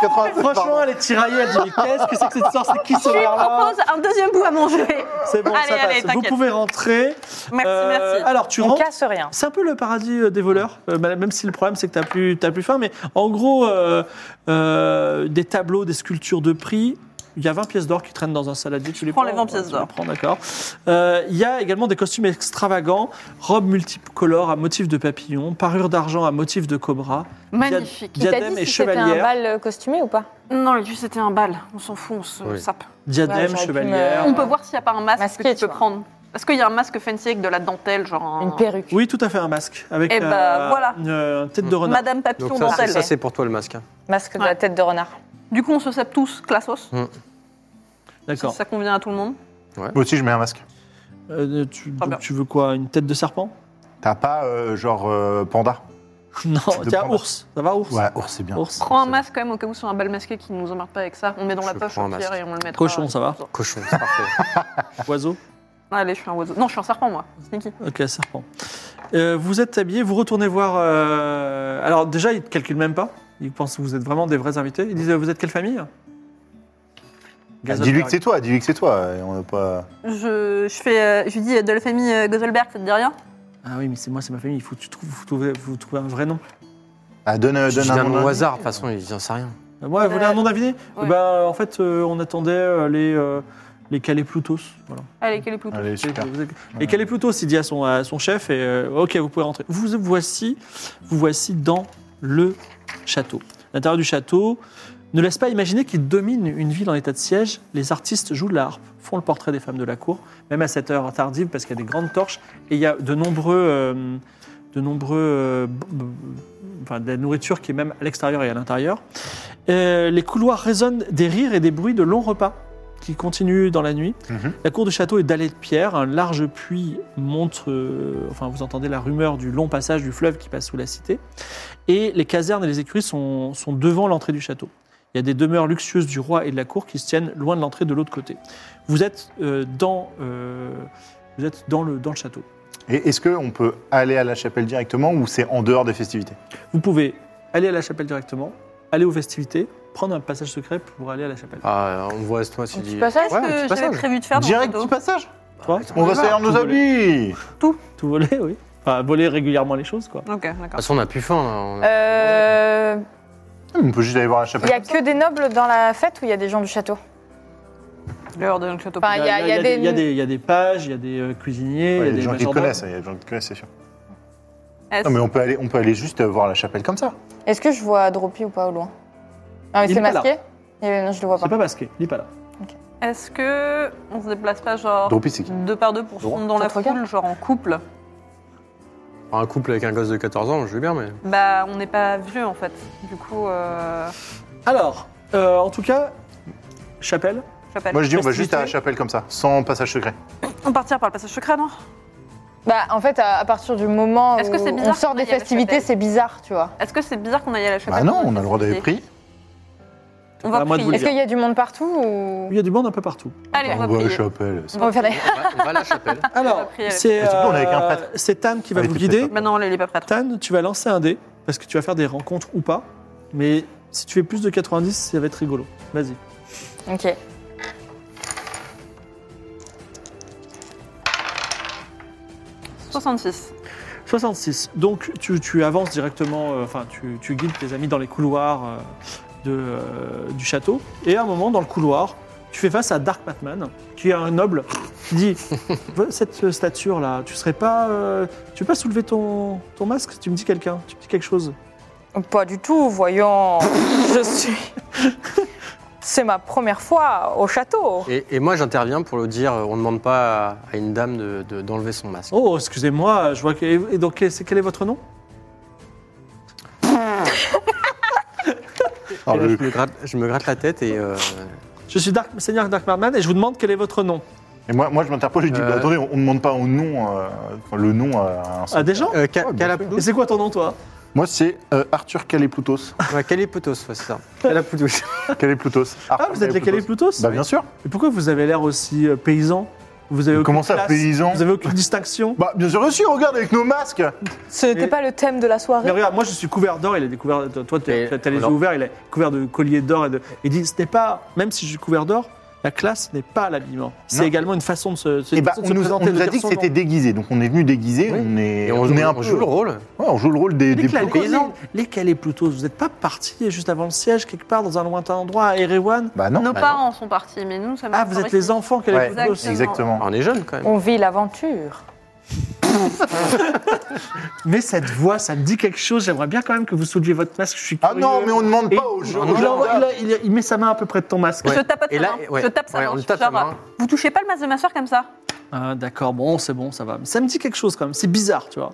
S3: 96,
S1: Franchement,
S3: pardon.
S1: elle est tiraillée. Elle dit Mais qu'est-ce que c'est que cette histoire C'est qui
S2: Oh
S1: ce
S4: Je lui
S1: là
S4: propose un deuxième bout à manger.
S1: C'est bon,
S4: Allez,
S1: ça
S4: allez,
S1: passe. Vous
S4: t'inquiète.
S1: pouvez rentrer.
S4: Merci,
S1: Euh,
S4: merci.
S2: ah,
S1: Alors, tu
S5: On
S1: rentres.
S5: casse rien.
S1: C'est un peu le paradis euh, des voleurs, euh, même si le problème c'est que t'as plus, t'as plus faim. Mais en gros, euh, euh, des tableaux, des sculptures de prix. Il y a 20 pièces d'or qui traînent dans un saladier. Tu les
S4: prends les 20
S1: ouais,
S4: pièces
S1: tu
S4: d'or.
S1: les prends, d'accord. Euh, Il y a également des costumes extravagants, robes multicolores à motif de papillon, parures d'argent à motif de cobra,
S4: Magnifique.
S5: Il t'a
S1: Diadème
S5: dit
S1: et
S5: si c'était un
S1: chevalière.
S5: bal costumé ou pas
S4: Non, mais juste c'était un bal. On s'en fout, on se
S2: Oui.
S4: sape.
S1: diadème,
S5: Ouais, j'aurais pu
S1: chevalière.
S5: me-
S4: euh, On peut voir s'il n'y a pas un masque
S5: Masqué,
S4: que tu
S5: tu
S4: peux
S5: vois.
S4: prendre. Est-ce qu'il y a un masque fancy avec de la dentelle, genre.
S5: Une perruque.
S1: Oui, tout à fait, un masque. Avec
S4: Eh bah, voilà.
S1: une euh, tête de
S2: Mm.
S1: renard.
S4: Madame
S2: Donc
S4: Papillon
S2: ça, c'est-
S4: dentelle.
S2: ça, c'est pour toi le masque. hein.
S5: Masque de
S4: Ouais.
S5: la tête de renard.
S4: Du coup, on se sape tous, classos. Ça,
S1: D'accord.
S4: ça convient à tout le monde.
S3: Moi aussi, je mets un masque.
S1: Euh, tu,
S4: Très bien.
S1: donc, tu veux quoi Une tête de serpent
S3: T'as pas, euh, genre, euh, panda
S1: Non,
S3: De
S1: tiens,
S3: panda.
S1: ours. Ça va, ours
S3: Ouais, ours, c'est bien.
S1: Ours.
S4: Prends un
S3: c'est-
S4: masque quand même au cas où c'est un bal masqué qui ne nous emmerde pas avec ça. On met dans la
S2: Je
S4: poche
S2: prends
S4: au
S2: un
S4: pire
S2: masque.
S4: et on le met.
S1: Cochon, ça va
S2: Cochon, c'est parfait.
S1: Oiseau
S4: Allez, je suis un oiseau. Non, je suis un serpent moi. Sneaky.
S1: Ok, serpent. Euh, vous êtes habillés, vous retournez voir. euh, Alors, déjà, ils ne calculent même pas. Ils pensent que vous êtes vraiment des vrais invités. Ils disent euh, Vous êtes quelle famille
S3: Ah,
S1: Gazelle
S3: Dis-lui
S1: Berg.
S3: que c'est toi, dis-lui que c'est toi. et on a pas...
S4: Je, je fais, euh, je lui dis euh, de la famille euh, Gozelberg, ça te dit rien
S1: Ah oui, mais c'est moi, c'est ma famille. Il faut que tu trouves, faut trouver, faut trouver un vrai nom.
S3: Ah, donne, euh,
S2: Je
S3: donne
S2: dis
S3: un
S2: un
S3: nom
S2: nom au hasard, de toute façon, il n'en sait rien.
S1: Euh, Moi, vous voulez un nom d'invité
S4: ouais.
S1: Bah, En fait, euh, on attendait euh, les, euh, les Calais Plutos. Voilà.
S4: Allez, quel est plutôt
S3: Allez, super.
S1: Et quel est plutôt s'il dit à son, à son chef et, euh, Ok, vous pouvez rentrer. Vous voici, vous voici dans le château. L'intérieur du château ne laisse pas imaginer qu'il domine une ville en état de siège. Les artistes jouent de la harpe, font le portrait des femmes de la cour, même à cette heure tardive parce qu'il y a des grandes torches et il y a de nombreux, euh, de nombreux, euh, b- b- enfin, de la nourriture qui est même à l'extérieur et à l'intérieur. Euh, les couloirs résonnent des rires et des bruits de longs repas qui continuent dans la nuit.
S3: Mhm.
S1: La cour du château est dallée de pierre. Un large puits montre, euh, enfin, vous entendez la rumeur du long passage du fleuve qui passe sous la cité. Et les casernes et les écuries sont, sont devant l'entrée du château. Il y a des demeures luxueuses du roi et de la cour qui se tiennent loin de l'entrée de l'autre côté. Vous êtes euh, dans, euh, vous êtes dans le dans le château.
S3: Et est-ce qu'on peut aller à la chapelle directement ou c'est en dehors des festivités
S1: Vous pouvez aller à la chapelle directement, aller aux festivités, prendre un passage secret pour aller à la chapelle.
S2: Ah, on voit ce mois-ci.
S5: Un petit
S2: dit-
S5: passage
S4: Qu'est-ce
S2: Ouais, un petit
S4: que j'avais
S2: passage.
S4: prévu de faire dans le
S3: Direct,
S4: photo
S3: petit passage
S1: Toi,
S3: On va
S1: tout
S3: salir nos
S1: voler.
S3: habits
S1: Tout voler, oui. Enfin, voler régulièrement les choses, quoi.
S4: Ok,
S2: De
S4: d'accord.
S2: toute façon, on n'a plus faim. là, on a-
S5: Euh.
S3: On peut juste aller voir la
S5: Il
S3: chapelle.
S5: n'y a que des nobles dans la fête ou il y a des gens du château
S4: L'heure de notre château.
S5: Enfin, il y a, il y a des.
S1: il y a des- il y a des pages, il y a des euh, cuisiniers,
S3: Ouais,
S1: il y a
S3: des gens qui te
S1: majordomes.
S3: connaissent, il y a des gens qui te connaissent, c'est sûr.
S4: Est-ce-
S3: Non, mais on peut aller, on peut aller juste voir la chapelle comme ça.
S5: Est-ce que je vois Dropi ou pas au loin Non, mais
S1: Il
S5: c'est
S1: est pas là.
S5: masqué Euh, Non, je le vois pas.
S1: C'est pas masqué, il est pas là.
S4: Est-ce que on se déplace pas genre
S3: Dropi, c'est qui
S4: deux par deux pour se
S3: Droit.
S4: fondre dans
S5: Ça
S4: la
S5: te regarde
S4: foule, genre en couple
S2: Un couple avec un gosse de 14 ans, je veux bien, mais.
S4: Bah, on n'est pas vieux en fait. Du coup, euh,
S1: Alors, euh, en tout cas, chapelle.
S4: j'appelle.
S3: Moi, je dis, on va juste à la
S1: Festivité.
S3: chapelle comme ça, sans passage secret.
S4: On partira par le passage secret, non
S5: Bah, en fait, à, à partir du moment
S4: Est-ce
S5: où
S4: que c'est bizarre
S5: on sort des
S4: qu'on aille à la
S5: festivités,
S4: chapelle
S5: c'est bizarre, tu vois.
S4: Est-ce que c'est bizarre qu'on aille à la
S3: Bah
S4: chapelle
S3: non, on a le droit d'aller
S4: d'aller
S3: prier.
S4: On
S2: Bah,
S4: va
S1: À moi de vous le
S4: prier.
S5: Est-ce
S1: dire.
S5: qu'il y a du monde partout ou
S1: Il y a du monde un peu partout.
S4: Allez,
S3: On
S4: on va
S3: va à la
S4: prier.
S3: chapelle.
S5: on va faire des...
S2: On va, on va à la chapelle.
S4: On va
S1: Alors,
S4: prier.
S1: c'est
S3: Et Ah, surtout, on est avec un
S1: euh,
S3: prêtre.
S1: c'est Tan qui va
S3: Ah, il
S1: vous
S3: était
S1: guider.
S3: peut-être
S4: Maintenant, on Bah est pas
S3: hein.
S4: prêtre.
S1: Tan, tu vas lancer un dé parce que tu vas faire des rencontres ou pas. Mais si tu fais plus de 90, ça va être rigolo. Vas-y.
S5: Ok.
S4: Pas. 66.
S1: 66. Donc tu, tu avances directement, euh, enfin tu, tu guides tes amis dans les couloirs euh, de, euh, du château. Et à un moment, dans le couloir, tu fais face à Dark Batman, qui est un noble, qui dit Cette euh, stature-là, tu serais pas. euh, tu veux pas soulever ton, ton masque si Tu me dis quelqu'un, tu me dis quelque chose.
S5: Pas du tout, voyons. je suis. C'est ma première fois au château.
S2: Et, et moi, j'interviens pour le dire on ne demande pas à, à une dame d'enlever de, d'enlever son masque.
S1: Oh, excusez-moi, je vois que. Et donc, quel c'est- quel est votre nom
S3: Ah,
S2: Et là,
S3: le-
S2: je, me gratte, je me gratte la tête et. euh,
S1: Je suis Dark, Seigneur Dark Batman et je vous demande quel est votre nom.
S3: Et moi, moi je m'interpose, je dis,
S2: Euh.
S3: bah, attendez, on ne demande pas au nom, euh, enfin, le nom à un
S1: À des gens
S2: euh, Ca-
S3: Ouais, bien
S2: Calapoutos
S1: Ah, Et c'est quoi ton nom, toi
S3: Moi, c'est euh, Arthur Caléploutos.
S2: Ouais, Calipoutos, ouais, c'est ça. Calapoutos.
S3: Caléploutos.
S1: Ah, vous êtes les Calais Plutos
S3: Bah, bien sûr.
S1: Mais pourquoi vous avez l'air aussi euh, paysan Vous avez
S3: Comment
S1: aucune
S3: ça,
S1: classe
S3: paysan
S1: Vous avez aucune distinction
S3: Bah, bien sûr, aussi, regarde avec nos masques.
S5: Ce n'était
S1: Et-
S5: pas le thème de la
S1: Mais
S5: soirée.
S1: regarde, moi je suis couvert d'or, il est découvert. Toi, t'as
S2: Et-
S1: t'as les yeux
S2: alors-
S1: ouverts, il est couvert de colliers d'or et de. Il dit, ce n'est pas, même si je suis couvert d'or, la classe n'est pas l'habillement.
S3: Non.
S1: C'est également une façon de se, c'est
S3: Et
S1: une
S3: bah,
S1: façon de
S3: on
S1: se
S3: nous, on
S1: présenter, de
S3: nous a
S1: dire
S3: dit que
S1: son
S3: c'était
S1: nom.
S3: déguisé, donc on est venu déguisé,
S2: Oui.
S3: on est,
S2: Et on, joue,
S3: est un
S2: on
S3: peu.
S2: joue le rôle.
S3: Ouais, on joue le rôle des,
S1: Les
S3: des
S1: Calais-
S3: plus connus.
S1: Les Calais Plutos, vous n'êtes pas partis juste avant le siège, quelque part, dans un lointain endroit, à Erewan
S3: Bah non.
S4: Nos
S2: bah
S4: parents sont partis, mais nous, ça
S1: Ah, vous êtes les enfants Calais
S3: Ouais,
S1: Plutos
S4: Exactement.
S3: exactement.
S2: On est jeune quand même.
S5: On vit l'aventure.
S1: Mais cette voix, ça me dit quelque chose, j'aimerais bien quand même que vous souleviez votre masque, je suis
S3: Ah
S1: curieux.
S3: non, mais on ne demande
S1: Et-
S3: pas aux gens.
S1: Il,
S3: aux gens.
S1: envoie- il a- il a- il met sa main à peu près de ton masque.
S4: Je tape à
S2: Et
S4: sa
S2: là,
S4: main.
S2: ouais,
S4: Je tape sa
S2: ouais,
S4: main.
S2: on tape sa
S4: Genre,
S2: main.
S4: Vous touchez pas le masque de ma soeur comme ça
S1: Ah, D'accord, bon, c'est bon, ça va. Mais ça me dit quelque chose quand même, c'est bizarre, tu vois.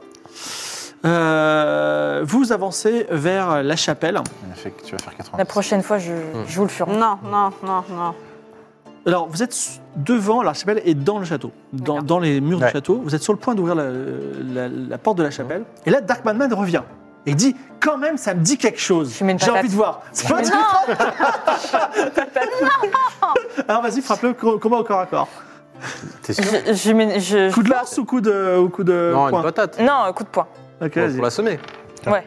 S1: Euh, vous avancez vers la chapelle.
S3: Fait que tu vas faire 80.
S5: La prochaine fois, je, je vous le ferai.
S4: Non, non, non, non.
S1: Alors, vous êtes devant, la chapelle est dans le château, dans,
S4: D'accord.
S1: dans les murs
S3: Ouais.
S1: du château. Vous êtes sur le point d'ouvrir la, la- la porte de la chapelle. Et là, Darkman Man revient et dit Quand même, ça me dit quelque chose.
S5: Je mets une
S1: J'ai envie
S5: patate.
S1: de voir. C'est pas- Alors, vas-y, frappe-le co- combat au corps à corps.
S2: T'es sûr
S5: Je, je mets- je- je
S1: Coup de
S5: pars-
S1: lance ou coup de, ou coup de
S2: Non,
S1: poing
S2: une patate.
S5: Non, coup de poing.
S1: Ok,
S2: Pour
S1: vas-y.
S2: pour l'assommer.
S5: Ouais.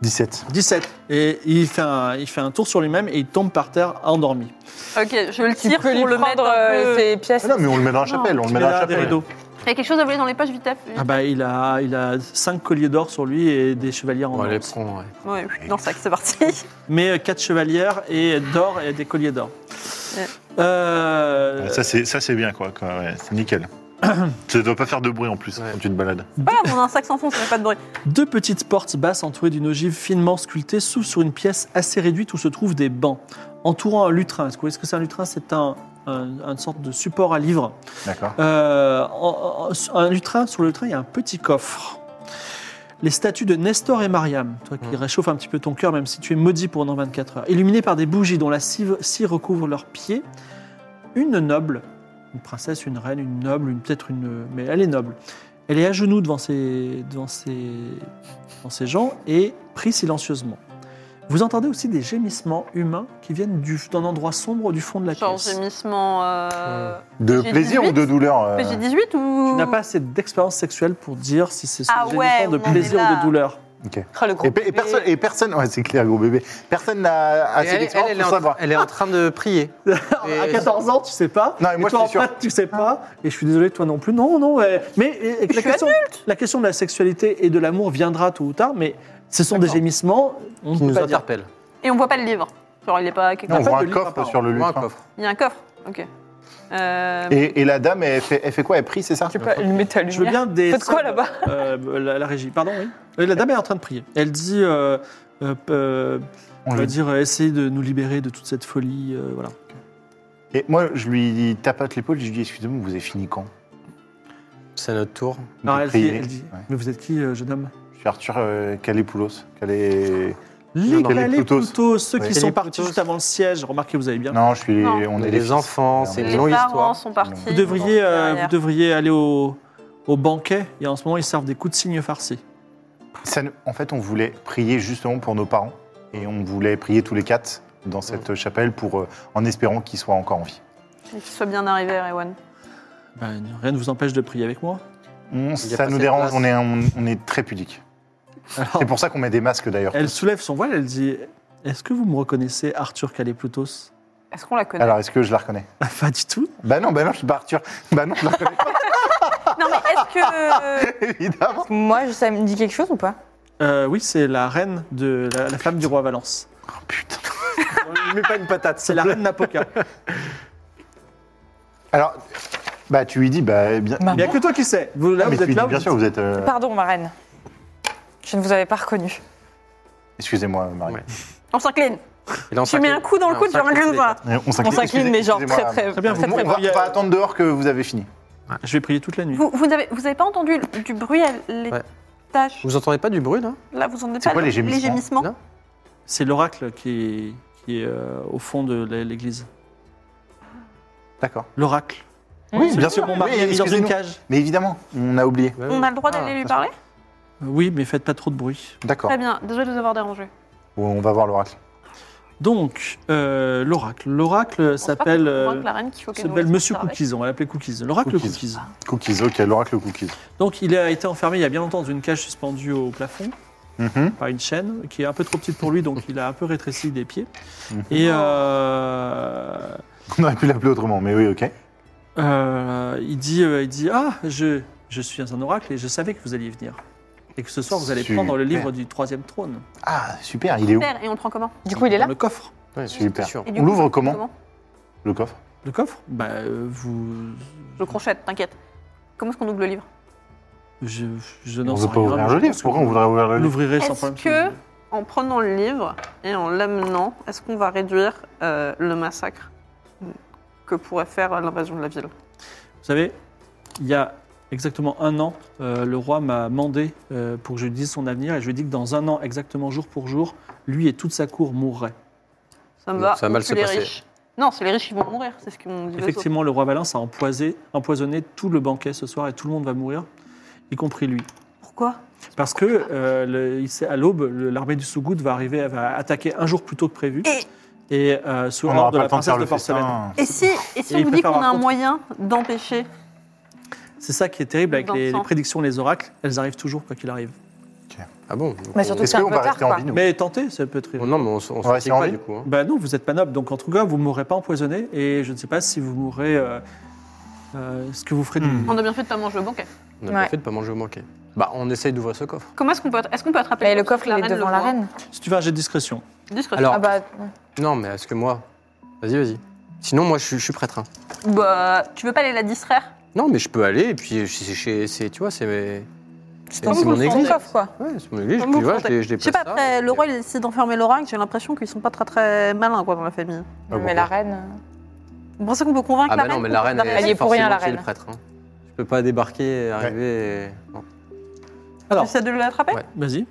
S3: 17.
S1: 17. Et il fait, un, il fait un tour sur lui-même et il tombe par terre endormi.
S4: Ok, je le
S5: Tu
S4: tire
S5: peux
S4: pour
S5: lui
S4: le
S5: prendre
S4: mettre un
S5: euh,
S4: peu-
S5: ses pièces.
S3: Ah non, mais on le met dans la chapelle, on le met
S1: Il
S3: dans la
S1: a des
S3: chapelle.
S1: rideaux.
S4: Il y a quelque chose à voler dans les pages vite à vite.
S1: Ah bah, il a, il a 5 colliers d'or sur lui et des chevaliers en
S2: On va
S1: or.
S2: les prendre, ouais.
S4: Ouais, dans le sac, c'est parti.
S1: Mais 4 chevalières et d'or et des colliers d'or.
S4: Ouais.
S1: Euh,
S3: Ouais, Ça, c'est ça, c'est bien, quoi. quoi, ouais, c'est nickel. ça doit pas faire de bruit en plus
S2: Ouais.
S3: quand tu te balades.
S4: Voilà, on a un sac sans fond, ça fait pas de bruit.
S1: Deux petites portes basses entourées d'une ogive finement sculptée s'ouvrent sur une pièce assez réduite où se trouvent des bancs, entourant un lutrin. Est-ce que vous voyez ce que c'est un lutrin C'est un, un- une sorte de support à livres.
S3: D'accord.
S1: Euh, en- en- un lutrin, sur le lutrin, il y a un petit coffre. Les statues de Nestor et Mariam, toi qui
S2: Mhm.
S1: réchauffe un petit peu ton cœur, même si tu es maudit pendant 24 heures, illuminées par des bougies dont la cive, scie recouvre leurs pieds, une noble, une princesse, une reine, une noble, une- peut-être une. Mais elle est noble. Elle est à genoux devant ces, devant ces, devant ces gens et prie silencieusement. Vous entendez aussi des gémissements humains qui viennent du- d'un endroit sombre du fond de la
S4: Genre
S1: pièce.
S4: gémissement. Euh...
S3: De
S4: J'ai
S3: plaisir
S4: 18.
S3: ou de douleur euh,
S4: PG18 ou.
S1: Tu n'as pas assez d'expérience sexuelle pour dire si c'est
S4: Ah
S1: un
S4: ouais,
S1: gémissement de
S4: on en est
S1: plaisir ou
S4: là.
S1: de douleur.
S5: Ah, le gros
S3: Et, pe- et
S5: bébé.
S3: personne, et personne, ouais, c'est clair, gros bébé. Personne n'a
S2: Et
S3: assez
S2: elle, elle,
S3: d'expérience
S2: elle est
S3: pour
S2: en,
S3: savoir.
S2: elle est en train de prier.
S1: à
S2: Et-
S1: 14 ans, tu sais pas.
S3: Non, mais
S1: Et
S3: moi,
S1: toi,
S3: je
S1: en
S3: suis sûr.
S1: fait, tu sais pas. Et je suis désolé, toi non plus. Non, non. ouais. Mais et- et la,
S4: suis
S1: question, la question de la sexualité et de l'amour viendra tôt ou tard, mais ce sont des
S4: D'accord.
S1: gémissements. On
S2: Qui
S1: ne peut
S2: nous
S1: pas dire.
S2: interpelle.
S4: Et on voit pas le livre. Genre, il est pas quelque
S3: Non, on
S1: pas
S4: part.
S1: de
S3: voit un
S1: livre à
S3: coffre
S1: part,
S3: sur le
S2: On voit un
S3: lutrin.
S2: coffre.
S4: Il y a un coffre. Ok. Euh...
S3: Et, et la dame, elle fait, elle fait quoi Elle prie, c'est ça
S5: Je sais pas, lui mettre la
S1: Je veux
S5: lumière.
S1: bien des.
S5: Faites quoi
S1: euh,
S5: là-bas
S1: euh, la, la régie, pardon, oui. Euh, La dame est en train de prier. Elle dit. Euh, euh, euh,
S3: On
S1: on va
S3: lui-
S1: dire, euh, essayez de nous libérer de toute cette folie. euh, voilà.
S3: Et moi, je lui tapote l'épaule, je lui dis Excusez-moi, vous avez fini quand
S2: C'est notre tour.
S3: de
S1: Alors elle dit,
S3: prier
S1: elle dit,
S3: Ouais.
S1: Mais vous êtes qui, euh, jeune homme
S3: Je suis Arthur euh, Calépoulos. Calé...
S1: Les
S3: non, les
S1: Caléputos,
S3: Plutos.
S1: ceux
S3: Ouais.
S1: qui sont
S2: Les
S1: partis
S2: Plutos.
S1: juste avant le siège, remarquez, vous avez bien.
S3: Non, je suis.
S4: Non.
S2: On
S3: On
S2: est
S3: est
S2: les enfants,
S3: Non,
S2: c'est
S3: mais
S2: une
S4: Les
S2: longue
S4: parents
S2: histoire.
S4: sont partis.
S1: Vous devriez, euh,
S4: Derrière.
S1: vous devriez aller au, au banquet. Et en ce moment, ils servent des coups de signes farcis.
S3: Ça ne- En fait, on voulait prier justement pour nos parents. Et on voulait prier tous les quatre dans
S2: Mm.
S3: cette chapelle pour, euh, en espérant qu'ils soient encore en vie.
S4: Et Qu'il soit bien arrivé, Rewan.
S1: Ben, rien ne vous empêche de prier avec moi.
S2: Il
S3: On-
S2: y a
S3: ça
S2: pas
S3: nous
S2: cette
S3: dérange,
S2: place. Oh.
S3: on est, on, on est très pudique.
S1: Alors,
S3: C'est pour ça qu'on met des masques d'ailleurs.
S1: elle soulève son voile, elle dit Est-ce que vous me reconnaissez, Arthur Caléputos
S4: Est-ce qu'on la connaît
S3: Alors, est-ce que je la reconnais
S1: Ah, Pas du tout.
S3: Bah non, bah non, je suis pas Arthur. Bah non, je la reconnais pas,
S4: Non, mais est-ce que.
S3: évidemment.
S5: Moi, je- ça me dit quelque chose ou pas
S1: Euh, oui, c'est la reine de la, la femme du roi Valence.
S3: Oh, putain.
S2: Mais pas une patate.
S1: C'est la reine Napoca.
S3: Alors, bah tu lui dis, bah bien.
S5: Maman.
S1: Il n'y a que toi qui sais. Vous, là,
S3: Ah,
S1: vous
S3: mais tu
S1: êtes
S3: lui
S1: là.
S3: dis, bien
S1: vous
S3: sûr,
S1: dites-
S3: vous êtes. euh,
S5: Pardon, ma reine. Je ne vous avais pas reconnu.
S3: Excusez-moi, Marie.
S2: Ouais.
S4: On s'incline Tu mets un coup dans le coude, tu remets le doigt.
S3: Mais
S5: On s'incline, mais genre
S3: Euh,
S5: très
S3: excusez-moi.
S5: très.
S1: Très bien, vous-
S3: Bon, on, va,
S1: priez-
S3: on va attendre dehors que vous avez fini.
S1: Je vais prier toute la nuit.
S4: Vous, vous, avez, vous avez pas entendu le- du bruit à
S2: Ouais.
S4: l'étage
S2: Vous entendez pas du bruit là
S4: Là, vous entendez
S3: C'est
S4: pas
S3: quoi
S4: le-
S3: les gémissements
S2: Non.
S1: C'est l'oracle qui est, qui est euh, au fond de la- l'église.
S3: D'accord.
S1: L'oracle.
S3: Oui, bien
S1: Monsieur
S3: sûr.
S1: mon mari
S3: Oui,
S1: est mis dans une
S3: excusez-nous.
S1: cage.
S3: Mais évidemment, on a oublié.
S4: On a le droit
S2: Ah,
S4: d'aller lui parler
S1: Oui, mais faites pas trop de bruit.
S3: D'accord.
S4: Très bien, désolé de vous avoir dérangé.
S3: Bon, On va voir l'oracle.
S1: Donc, euh, l'oracle. L'oracle s'appelle euh,
S4: la reine qu'il faut qu'elle nous
S1: s'appelle
S4: laisse
S1: Monsieur
S4: travailler.
S1: Cookies. On va l'appeler Cookies. L'oracle
S3: Cookies.
S1: Cookies.
S3: Cookies, ok, l'oracle cookies.
S1: Donc, il a été enfermé il y a bien longtemps dans une cage suspendue au plafond
S3: Mhm.
S1: par une chaîne qui est un peu trop petite pour lui, donc il a un peu rétréci des pieds.
S3: Mhm.
S1: Et euh,
S3: On aurait pu l'appeler autrement, mais oui, ok.
S1: euh, il dit, euh, il dit, ah, je, je suis un oracle et je savais que vous alliez venir. Et que ce soir, vous allez prendre le
S3: Super.
S1: livre du troisième trône
S3: Ah, super, il est où
S4: Super, et on le prend comment
S5: Du coup, il est
S1: dans
S5: là.
S1: le coffre.
S3: Super.
S2: Sûr.
S4: Et du
S3: On
S4: coup,
S3: l'ouvre comment, Le coffre
S1: Le coffre Bah, euh, vous.
S4: Je crochette, t'inquiète. Comment est-ce qu'on ouvre le livre
S1: Je, je
S3: On
S1: n'en
S3: ne
S1: sais
S3: veut pas
S1: rien.
S3: ouvrir
S1: mais
S3: le
S1: je
S3: livre.
S1: pense que
S3: Pourquoi on voudrait ouvrir le
S1: vous
S3: livre
S1: L'ouvrirez sans
S4: Est-ce
S1: problème.
S4: que- En prenant le livre et en l'amenant, est-ce qu'on va réduire euh, le massacre que pourrait faire l'invasion de la ville.
S1: Vous savez, il y a exactement un an, euh, le roi m'a mandé euh, pour que je lui dise son avenir et je lui ai dit que dans un an, exactement jour pour jour, lui et toute sa cour mourraient.
S4: Ça me
S2: Donc,
S4: va.
S2: ça va mal
S4: c'est
S2: se
S4: les
S2: passer.
S4: riches. Non, c'est les riches qui vont mourir, c'est ce qu'ils m'ont dit. les autres.
S1: Effectivement, le roi Valens a empoisé- empoisonné tout le banquet ce soir et tout le monde va mourir, y compris lui.
S4: Pourquoi
S1: Parce que euh, le- il sait- à l'aube, le- l'armée du Sougoud va arriver, va attaquer un jour plus tôt que prévu. Et, euh, sous
S3: On
S1: l'ordre
S3: n'aura
S1: de
S3: pas
S1: la
S3: le temps de
S1: princesse
S3: faire
S1: de
S3: le
S1: Porcelaine.
S3: festin.
S4: Et si, et si
S1: Et
S4: on
S1: il
S4: vous dit qu'on
S1: préfère
S4: a un
S1: raconter.
S4: moyen d'empêcher
S1: C'est ça qui est terrible avec
S4: Dans le
S1: les,
S4: sang.
S1: les prédictions, les oracles. Elles arrivent toujours, quoi qu'il arrive.
S2: Ah bon
S5: Mais surtout que
S3: Est-ce
S5: c'est un
S3: qu'on
S5: peu
S3: va
S5: tard,
S3: rester en
S5: quoi.
S3: vie, nous Oh
S1: Mais tentez, ça peut être.
S2: on- Non, mais on, se- on se
S3: Ouais,
S2: pique
S3: c'est
S2: pas
S3: envie.
S2: du coup. hein.
S1: Bah non, vous êtes pas noble, donc en tout cas, vous mourrez pas empoisonné, et je ne sais pas si vous mourrez euh, euh, ce que vous ferez. du-
S3: Hmm.
S4: On a bien fait de pas manger le banquet.
S2: On a bien
S5: Ouais.
S2: fait de pas manger au manqué. Bah, on essaye d'ouvrir ce coffre.
S4: Comment est-ce qu'on peut, est qu'on peut attraper
S5: Mais le coffre, il est devant la
S4: reine
S5: reine.
S1: Si tu veux un jet de discrétion,
S4: le voit Discret.
S2: Alors-
S5: Ah bah,
S2: Non, mais est-ce que moi. Vas-y, vas-y. Sinon, moi, je, suis- je suis prêtre. hein.
S4: Bah, tu veux pas aller la distraire
S2: Non, mais je peux aller, et puis je- c'est chez. c'est- Tu vois, c'est mes- c'est
S5: ton
S2: c'est mon
S5: ton
S2: église.
S5: coffre, quoi.
S2: Ouais, c'est mon église,
S4: Vous
S2: puis voilà, je
S4: comptez.
S2: les- je les
S4: Je sais pas,
S2: place ça,
S4: après,
S2: et-
S4: le roi, il essaie d'enfermer l'oracle, j'ai l'impression qu'ils sont pas très très malins, quoi, dans la famille.
S3: Ah bon,
S5: mais la reine. euh,
S4: Vous pensez qu'on peut convaincre
S2: Ah,
S4: la
S2: bah
S4: reine
S2: non, mais
S4: qu'on
S2: la
S4: peut
S2: reine,
S4: faire
S5: Elle y est pour
S2: forcément
S5: rien, la
S2: qui est le
S5: reine.
S2: prêtre. hein. Je peux pas débarquer, et arriver. et- Non.
S1: Alors.
S4: J'essaie de l'attraper
S2: Ouais.
S1: vas-y.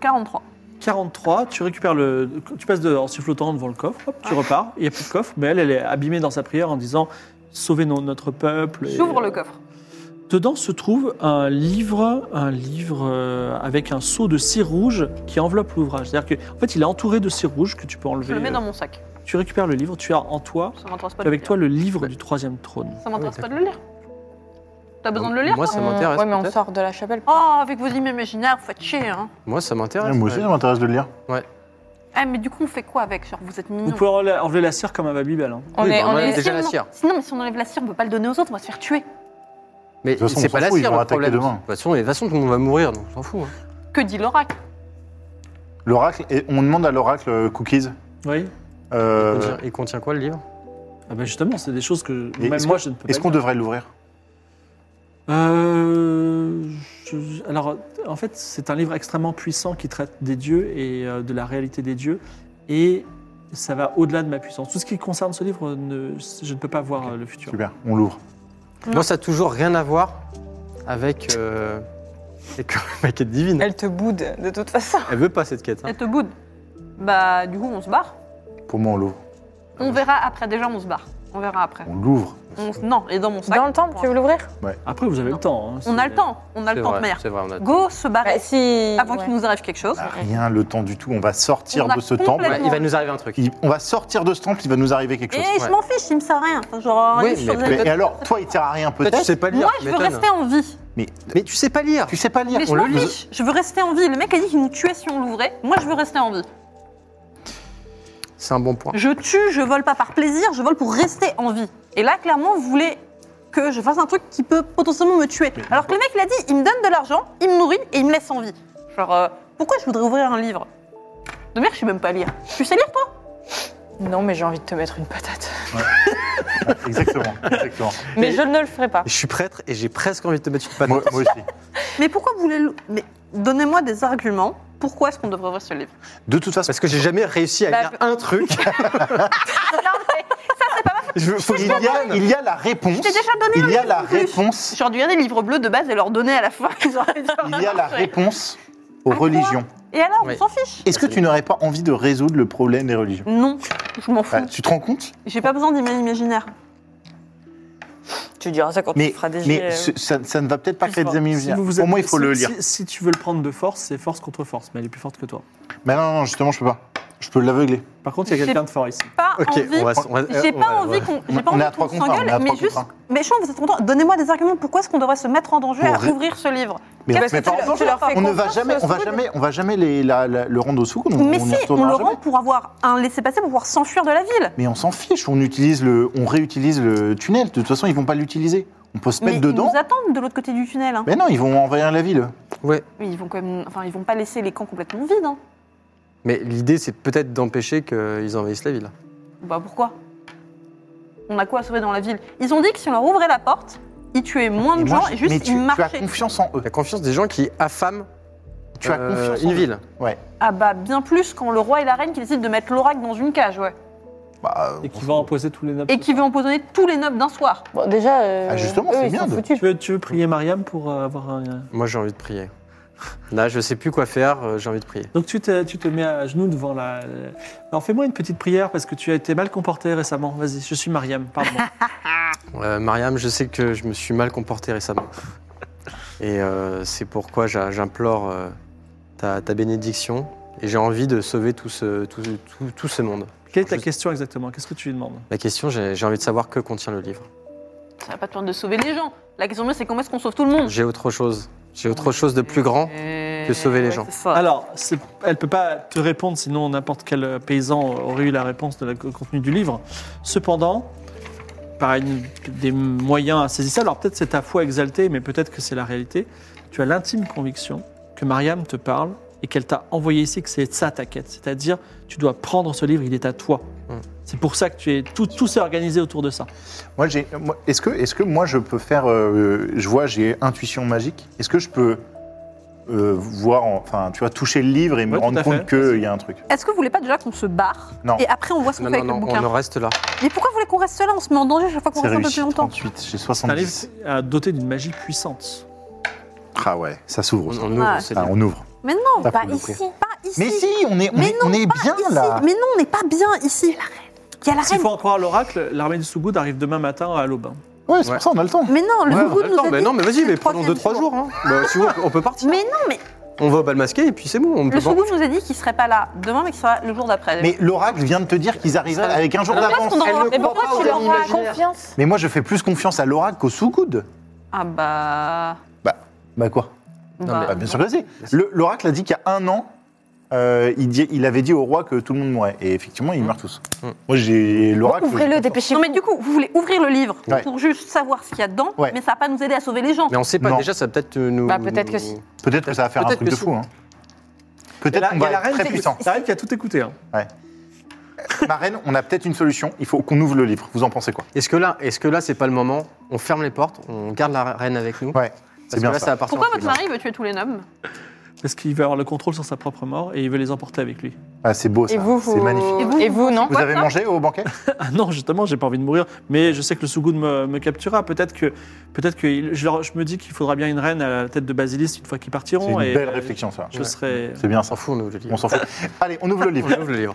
S4: 43.
S1: 43, tu récupères le. Tu passes de, en sifflotant devant le coffre, hop,
S4: Ah.
S1: tu repars, il n'y a plus de coffre, mais elle, elle est abîmée dans sa prière en disant Sauvez no- notre peuple. et-
S4: J'ouvre le coffre.
S1: Dedans se trouve un livre, un livre euh, avec un seau de cire rouge qui enveloppe l'ouvrage. C'est-à-dire qu'en fait, il est entouré de cire rouge que tu peux enlever.
S4: Je le mets
S1: euh,
S4: dans mon sac.
S1: Tu récupères le livre, tu as en toi,
S4: Ça m'intéresse
S1: tu
S4: pas de
S1: as
S4: le
S1: avec
S4: lire.
S1: toi le livre du troisième trône.
S4: Ça m'intéresse pas de le lire. T'as besoin de le lire
S2: Moi,
S4: toi
S2: ça
S5: On-
S2: m'intéresse.
S5: Mm. Ouais, mais on
S2: peut-être.
S5: sort de la chapelle.
S4: Oh, avec vos images imaginaires, vous faites chier, hein.
S2: Moi, ça
S3: Ouais,
S2: m'intéresse.
S3: Moi aussi, hein.
S2: ouais.
S3: ça m'intéresse de le lire.
S4: Eh, mais du coup, on fait quoi avec Genre, vous êtes mignons.
S1: Vous pouvez enlever enlever la cire comme un babybel. hein.
S5: On
S2: Oui,
S5: est,
S2: bah,
S5: on
S2: on a
S5: est-
S2: déjà
S4: Sinon,
S2: la cire.
S4: Sinon, mais si on enlève la cire, on peut pas le donner aux autres, on va se faire tuer.
S2: Mais
S3: De toute façon,
S2: c'est
S3: on
S2: pas
S3: s'en
S2: la
S3: fout, ils
S2: cire
S3: vont
S2: le
S3: attaquer
S2: problème. De
S3: demain.
S2: toute façon, de toute façon, tout le monde va mourir, donc on s'en fout. hein.
S4: Que dit l'oracle
S3: L'oracle, et on demande à l'oracle euh, Cookies.
S1: Oui.
S3: euh,
S2: Il contient- Il contient quoi le livre
S1: Ah ben justement, c'est des choses que
S3: Et
S1: même
S3: est-ce
S1: moi je ne peux pas.
S3: Est-ce qu'on
S1: dire.
S3: devrait l'ouvrir
S1: Euh, je- Alors, en fait, c'est un livre extrêmement puissant qui traite des dieux et euh, de la réalité des dieux, et ça va au-delà de ma puissance. Tout ce qui concerne ce livre, ne- je ne peux pas voir euh, le futur.
S3: Super, on l'ouvre.
S2: Moi, ça a toujours rien à voir avec. euh, avec ma quête divine.
S5: Elle te boude, de toute façon.
S2: Elle veut pas cette quête. hein.
S4: Elle te boude. Bah, du coup, on se barre.
S3: Pour moi, on l'ouvre.
S4: On verra après. Déjà, on se barre. On verra après.
S3: On l'ouvre.
S4: On se- Non, et dans mon sac.
S5: Dans le temple, tu veux l'ouvrir
S1: Après, vous avez le temps. hein,
S4: On a
S1: c'est-
S4: le temps. On a
S2: C'est
S4: le temps de
S2: vrai,
S4: manière.
S2: C'est vrai, on a
S4: Go se barrer
S5: Bah, si.
S4: avant
S5: ouais.
S4: qu'il nous arrive quelque chose.
S2: Bah,
S3: Ah, rien, le temps du tout. On va sortir
S4: On a
S3: de ce temple.
S4: complètement- Eh,
S2: Ouais, il va nous arriver un truc.
S3: Il- On va sortir de ce temple, il va nous arriver quelque
S4: Et
S3: chose.
S4: je m'en fiche, il me sert à rien. Enfin, Genre, un
S2: Oui,
S4: livre sur
S2: mais
S4: les- euh,
S3: Mais-
S2: peut-être-
S3: et alors, toi, il sert à rien
S2: Peut-être tu
S3: peut-être
S2: sais pas lire.
S4: Moi, je veux
S2: m'étonne.
S4: rester en vie.
S2: Mais tu sais pas lire.
S3: Tu sais pas lire.
S4: Mais je
S2: on
S4: m'en
S2: le-
S4: fiche. Je veux rester en vie. Le mec a dit qu'il nous tuait si on l'ouvrait. Moi, je veux rester en vie.
S2: C'est un bon point.
S4: Je tue, je vole pas par plaisir, je vole pour rester en vie. Et là, clairement, vous voulez que je fasse un truc qui peut potentiellement me tuer. Alors que le mec, il a dit, il me donne de l'argent, il me nourrit et il me laisse en vie. Genre, euh, pourquoi je voudrais ouvrir un livre De merde, je sais même pas lire. Tu sais lire, toi
S5: Non, mais j'ai envie de te mettre une patate.
S3: Exactement. exactement.
S5: Mais je ne le ferai pas.
S2: Je suis prêtre et j'ai presque envie de te mettre une patate.
S3: moi, moi aussi.
S4: Mais pourquoi vous voulez... l'ou- Mais donnez-moi des arguments. Pourquoi est-ce qu'on devrait ouvrir ce livre
S3: De toute façon,
S2: Parce que j'ai jamais réussi à
S5: Bah,
S2: lire un truc. Je- faut que je
S3: il y, a,
S2: m'entraîne.
S3: il y a la réponse.
S4: t'ai déjà donné
S3: Il y a
S4: le
S3: la
S4: livre en plus.
S3: réponse.
S4: J'aurais dû lire des livres bleus de base et leur donner à la fin. Ils auraient dû avoir
S3: Il y a la
S4: marché.
S3: réponse aux
S4: À quoi
S3: religions.
S4: Et alors, on
S2: Oui.
S4: s'en fiche
S3: Est-ce que tu n'aurais pas envie de résoudre le problème des religions
S4: Non, je m'en fous.
S3: Ah, Tu te rends compte
S4: J'ai pas besoin d'email imaginaire.
S5: Tu diras ça quand
S3: Mais,
S5: tu feras des
S3: mais
S5: jets,
S4: euh,
S3: ce- ça, ça ne va peut-être pas créer des
S1: Si
S3: amis.
S1: vous vous
S3: Pour moi, il
S1: êtes-
S3: faut
S1: si-
S3: le lire.
S1: Si, si tu veux le prendre de force, c'est force contre force, mais elle est plus forte que toi.
S3: Mais non, non, justement, je peux pas. Je peux l'aveugler.
S1: Par contre, il y a
S4: J'ai-
S1: quelqu'un de fort ici.
S4: Pas
S2: Ok,
S4: envie.
S2: on va. euh, s- on va-
S4: J'ai
S2: on
S4: pas
S2: va-
S4: envie qu'on j'ai
S3: On-
S4: pas
S3: on est à
S4: envie
S3: trois
S4: qu'on
S3: contre un, on est
S4: s'engueule,
S3: à
S4: mais
S3: trois
S4: juste.
S3: contre un.
S4: Mais je trouve que vous êtes contents. Donnez-moi des arguments. Pourquoi est-ce qu'on devrait se mettre en danger à
S3: Pour ré-
S4: ouvrir ce livre
S3: Mais
S5: Parce
S3: mais
S5: que tu
S3: par
S5: leur-
S3: exemple,
S5: tu leur fais
S3: on ne va
S5: confiance,
S3: jamais, on va
S5: Scout.
S3: jamais, on va jamais les- la- la- le rendre au sou. On,
S4: euh, Mais
S3: on y
S4: si, on
S3: retournera
S4: le
S3: jamais.
S4: rend pour avoir un laissez-passer pour pouvoir s'enfuir de la ville.
S3: Mais on s'en fiche. On utilise le, on réutilise le tunnel. De toute façon, ils vont pas l'utiliser. On peut se
S4: Mais
S3: mettre
S4: ils
S3: dedans.
S4: nous attendent de l'autre côté du tunnel. hein.
S3: Mais non, ils vont envahir la ville.
S2: Ouais.
S4: Mais ils vont quand même, enfin, ils vont pas laisser les camps complètement vides. hein.
S2: Mais l'idée, c'est peut-être d'empêcher qu'ils envahissent la ville.
S4: Bah pourquoi On a quoi à sauver dans la ville Ils ont dit que si on leur ouvrait la porte, ils tuaient moins de
S3: Et moi,
S4: gens
S3: je-
S4: et
S3: mais
S4: juste
S3: tu,
S4: ils
S3: tu as
S4: marchaient.
S3: confiance en eux.
S2: La confiance des gens qui affament
S3: Tu as
S2: euh,
S3: confiance en
S2: une
S3: eux.
S2: ville.
S4: Ah bah bien plus quand le roi et la reine qui décident de mettre l'oracle dans une cage, ouais.
S3: Bah,
S1: Et qui va imposer tous les nobles.
S4: Et qui veut empoisonner tous les nobles d'un soir.
S6: Bon, déjà, euh,
S3: Ah, justement,
S6: eux,
S3: c'est
S6: ils
S3: bien
S6: sont
S3: de-
S6: foutus.
S1: Tu veux, tu veux prier Mariam pour euh, avoir un.
S2: Moi, j'ai envie de prier. Là, je sais plus quoi faire, euh, j'ai envie de prier.
S1: Donc tu te, tu te mets à genoux devant la. Alors fais-moi une petite prière parce que tu as été mal comporté récemment. Vas-y, je suis Mariam, pardon.
S2: Euh, Mariam, je sais que je me suis mal comporté récemment. Et euh, c'est pourquoi j'a- j'implore euh, ta, ta bénédiction. Et j'ai envie de sauver tout ce, tout, tout- tout ce monde.
S1: Quelle est ta question exactement Qu'est-ce que tu lui demandes
S2: La question, j'ai j'ai envie de savoir que contient le livre.
S4: Ça va pas te permettre de sauver les gens. La question de c'est comment est-ce qu'on sauve tout le monde Euh,
S2: J'ai autre chose. J'ai autre chose de plus grand.
S4: Que
S2: sauver les gens.
S4: Ah.
S1: Alors, c'est- elle peut pas te répondre, sinon n'importe quel paysan aurait eu la réponse de la- au contenu du livre. Cependant, par une- des moyens insaisissables, alors peut-être c'est ta foi exaltée, mais peut-être que c'est la réalité, tu as l'intime conviction que Mariam te parle et qu'elle t'a envoyé ici, que c'est ça ta quête. C'est-à-dire, tu dois prendre ce livre, il est à toi.
S3: Hmm.
S2: Mm.
S1: C'est pour ça que tu es, tout, tout s'est organisé autour de ça.
S3: Moi, j'ai. moi, Est-ce que, est-ce que moi je peux faire. euh, je vois, j'ai intuition magique. Est-ce que je peux euh, voir, en- enfin, tu vois, toucher le livre et me
S1: Ouais, tout
S3: rendre
S1: à fait.
S3: compte qu'il y a un truc
S4: Est-ce que vous voulez pas déjà qu'on se barre
S3: Non.
S4: Et après, on voit ce qu'on
S2: Non,
S4: fait
S2: non,
S4: avec
S2: non,
S4: le
S2: on
S4: bouquin.
S2: en reste là.
S4: Mais pourquoi vous voulez qu'on reste là On se met en danger chaque fois qu'on
S3: C'est
S4: reste un peu
S3: réussi.
S4: plus longtemps.
S3: 38, j'ai
S1: C'est un livre
S3: 70.
S1: euh, doté d'une magie puissante.
S3: Ah ouais, ça
S2: On,
S3: s'ouvre. ça.
S2: on ouvre
S4: Ah,
S2: ce
S3: Ah,
S2: livre.
S3: on ouvre.
S4: Mais non,
S3: Ça,
S6: Pas
S3: faut le
S6: ici.
S4: pas Bah, ici.
S3: Mais si, on est, on
S4: Mais
S3: est, on est bien
S4: Ici.
S3: là.
S4: Mais non, on n'est pas bien ici. Il y a la
S1: S'il
S4: reine.
S1: faut en croire l'oracle, l'armée du Sougoud arrive demain matin à l'aubin.
S3: Ouais, c'est
S2: Ouais.
S3: pour ça on a le temps.
S4: Mais non, le
S2: Ouais,
S4: goût
S2: on a
S4: nous
S2: le temps.
S4: a
S2: Mais
S4: dit
S2: non, mais vas-y,
S4: que
S2: mais
S4: le
S2: prenons deux, trois
S4: troisième
S2: jours. hein. Bah, si vous, on peut partir.
S4: Mais non, mais
S2: On va au bal masqué et puis c'est bon. On
S4: le
S2: peut
S4: second nous a dit qu'il serait pas là demain, mais qu'il sera le jour d'après.
S3: Mais l'oracle vient de te dire qu'ils arriveraient avec un jour d'avance.
S4: qu'on en- mais
S5: croit
S4: pourquoi
S5: pas
S4: tu
S5: aux
S4: leur
S5: animaux.
S4: racontes
S5: imaginaire.
S6: Confiance.
S3: Mais moi, je fais plus confiance à l'oracle qu'au sous-coude.
S4: Ah bah.
S3: Bah quoi
S4: bah,
S3: Bah, Bien sûr que si. Le- L'oracle a dit qu'il y a un an, euh, il, dit- il avait dit au roi que tout le monde mourait. Et effectivement, ils meurent tous.
S2: Mm.
S3: Moi, j'ai l'oracle.
S6: Ouvrez-le, dépêchez-vous.
S4: Non, mais du coup, vous voulez ouvrir le livre
S3: Ouais.
S4: pour juste savoir ce qu'il y a dedans,
S3: Ouais.
S4: mais ça va pas nous aider à sauver les gens.
S2: Mais on sait pas
S3: Non.
S2: déjà, ça va peut-être nous.
S5: Bah, peut-être que si.
S3: Peut-être que ça va faire un
S2: Peut-être
S3: truc
S2: que
S3: de
S2: si.
S3: fou.
S1: Il y
S3: hein.
S1: a
S3: Peut-être
S1: la-
S3: qu'on
S1: il y a
S3: va
S1: la
S3: être
S1: reine
S3: très
S1: qui-
S3: puissant.
S1: La reine qui a tout écouté. hein.
S3: Ma reine, on a peut-être une solution. Il faut qu'on ouvre le livre. Vous en pensez quoi
S2: Est-ce que là, est-ce que là, c'est pas le moment On ferme les portes, on garde la reine avec nous.
S3: Ouais,
S2: Parce
S3: c'est
S2: que
S3: bien
S2: là, ça
S3: ça.
S2: appartient.
S4: Pourquoi
S2: au
S4: votre
S2: public.
S4: mari veut tuer tous les nobles
S1: Parce qu'il veut avoir le contrôle sur sa propre mort et il veut les emporter avec lui.
S3: Ah, c'est beau ça.
S5: Et vous, vous...
S3: C'est magnifique.
S4: vous,
S5: Et vous, non
S3: Vous avez mangé au banquet
S1: Ah non, justement, j'ai pas envie de mourir, mais je sais que le Sougoud me, me capturera. Peut-être que, peut-être que il- je, leur- je me dis qu'il faudra bien une reine à la tête de Basilisk une fois qu'ils
S3: C'est
S1: partiront.
S3: une
S1: et,
S3: belle
S1: euh,
S3: réflexion ça.
S1: Je serai.
S3: C'est bien
S2: On
S3: ça.
S2: s'en fout, on ouvre le livre.
S3: On s'en fout. Allez, on ouvre le livre.
S2: On ouvre le livre.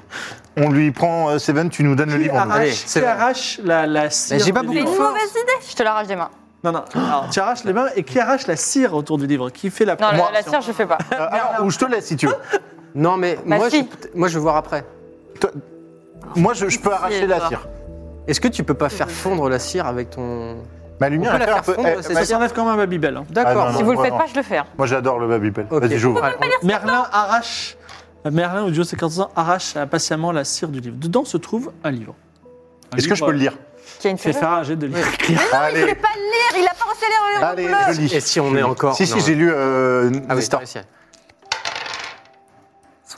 S3: On lui prend euh, Seven, tu nous donnes le
S1: Qui
S3: livre. on ouvre.
S2: Allez,
S1: arrache,
S2: c'est
S1: qui
S2: bon.
S1: arrache la, la cire
S2: Mais j'ai pas
S1: du
S2: beaucoup
S4: C'est une
S1: livre
S4: mauvaise idée.
S5: Je te l'arrache des mains.
S1: Non, non. Alors, tu arraches les mains et qui arrache la cire autour du livre Qui fait la
S5: Non,
S1: Moi.
S5: la, la cire, je fais pas.
S3: Euh, alors, ou je te laisse si tu veux.
S2: Non, mais moi,
S5: Bah si.
S2: je, peut- moi, je vais voir après.
S3: Moi, je, je peux arracher la
S4: toi.
S3: cire.
S2: Est-ce que tu peux pas faire fondre la cire avec ton.
S3: Ma lumière,
S2: peut la
S3: elle fait
S2: faire
S3: un peu-
S2: fondre,
S3: elle-
S2: c'est
S1: Ça
S3: ma-
S1: s'enlève quand même à Bibel. hein.
S2: D'accord.
S3: Ah, non,
S5: Si vous le faites
S3: vraiment.
S5: pas, je le fais. hein.
S3: Moi, j'adore le Babybel.
S2: Ok. Ah,
S3: Vas-y, j'ouvre.
S2: Allez, on-
S1: Merlin arrache. euh, Merlin, au duo séquenceur, arrache impatiemment la cire du livre. Dedans se trouve un livre. euh, Un
S3: Est-ce que je peux le lire
S5: Qui a une
S1: Fais
S5: fête.
S1: faire un jet de livre.
S2: Ah,
S4: Il
S3: Allez,
S4: voulait pas le lire, il a pas reçu les
S3: allez, je lis.
S2: Et si on est encore.
S3: Si, si,
S2: non.
S3: j'ai lu euh,
S2: Ah oui,
S3: Nestor.
S2: t'as réussi.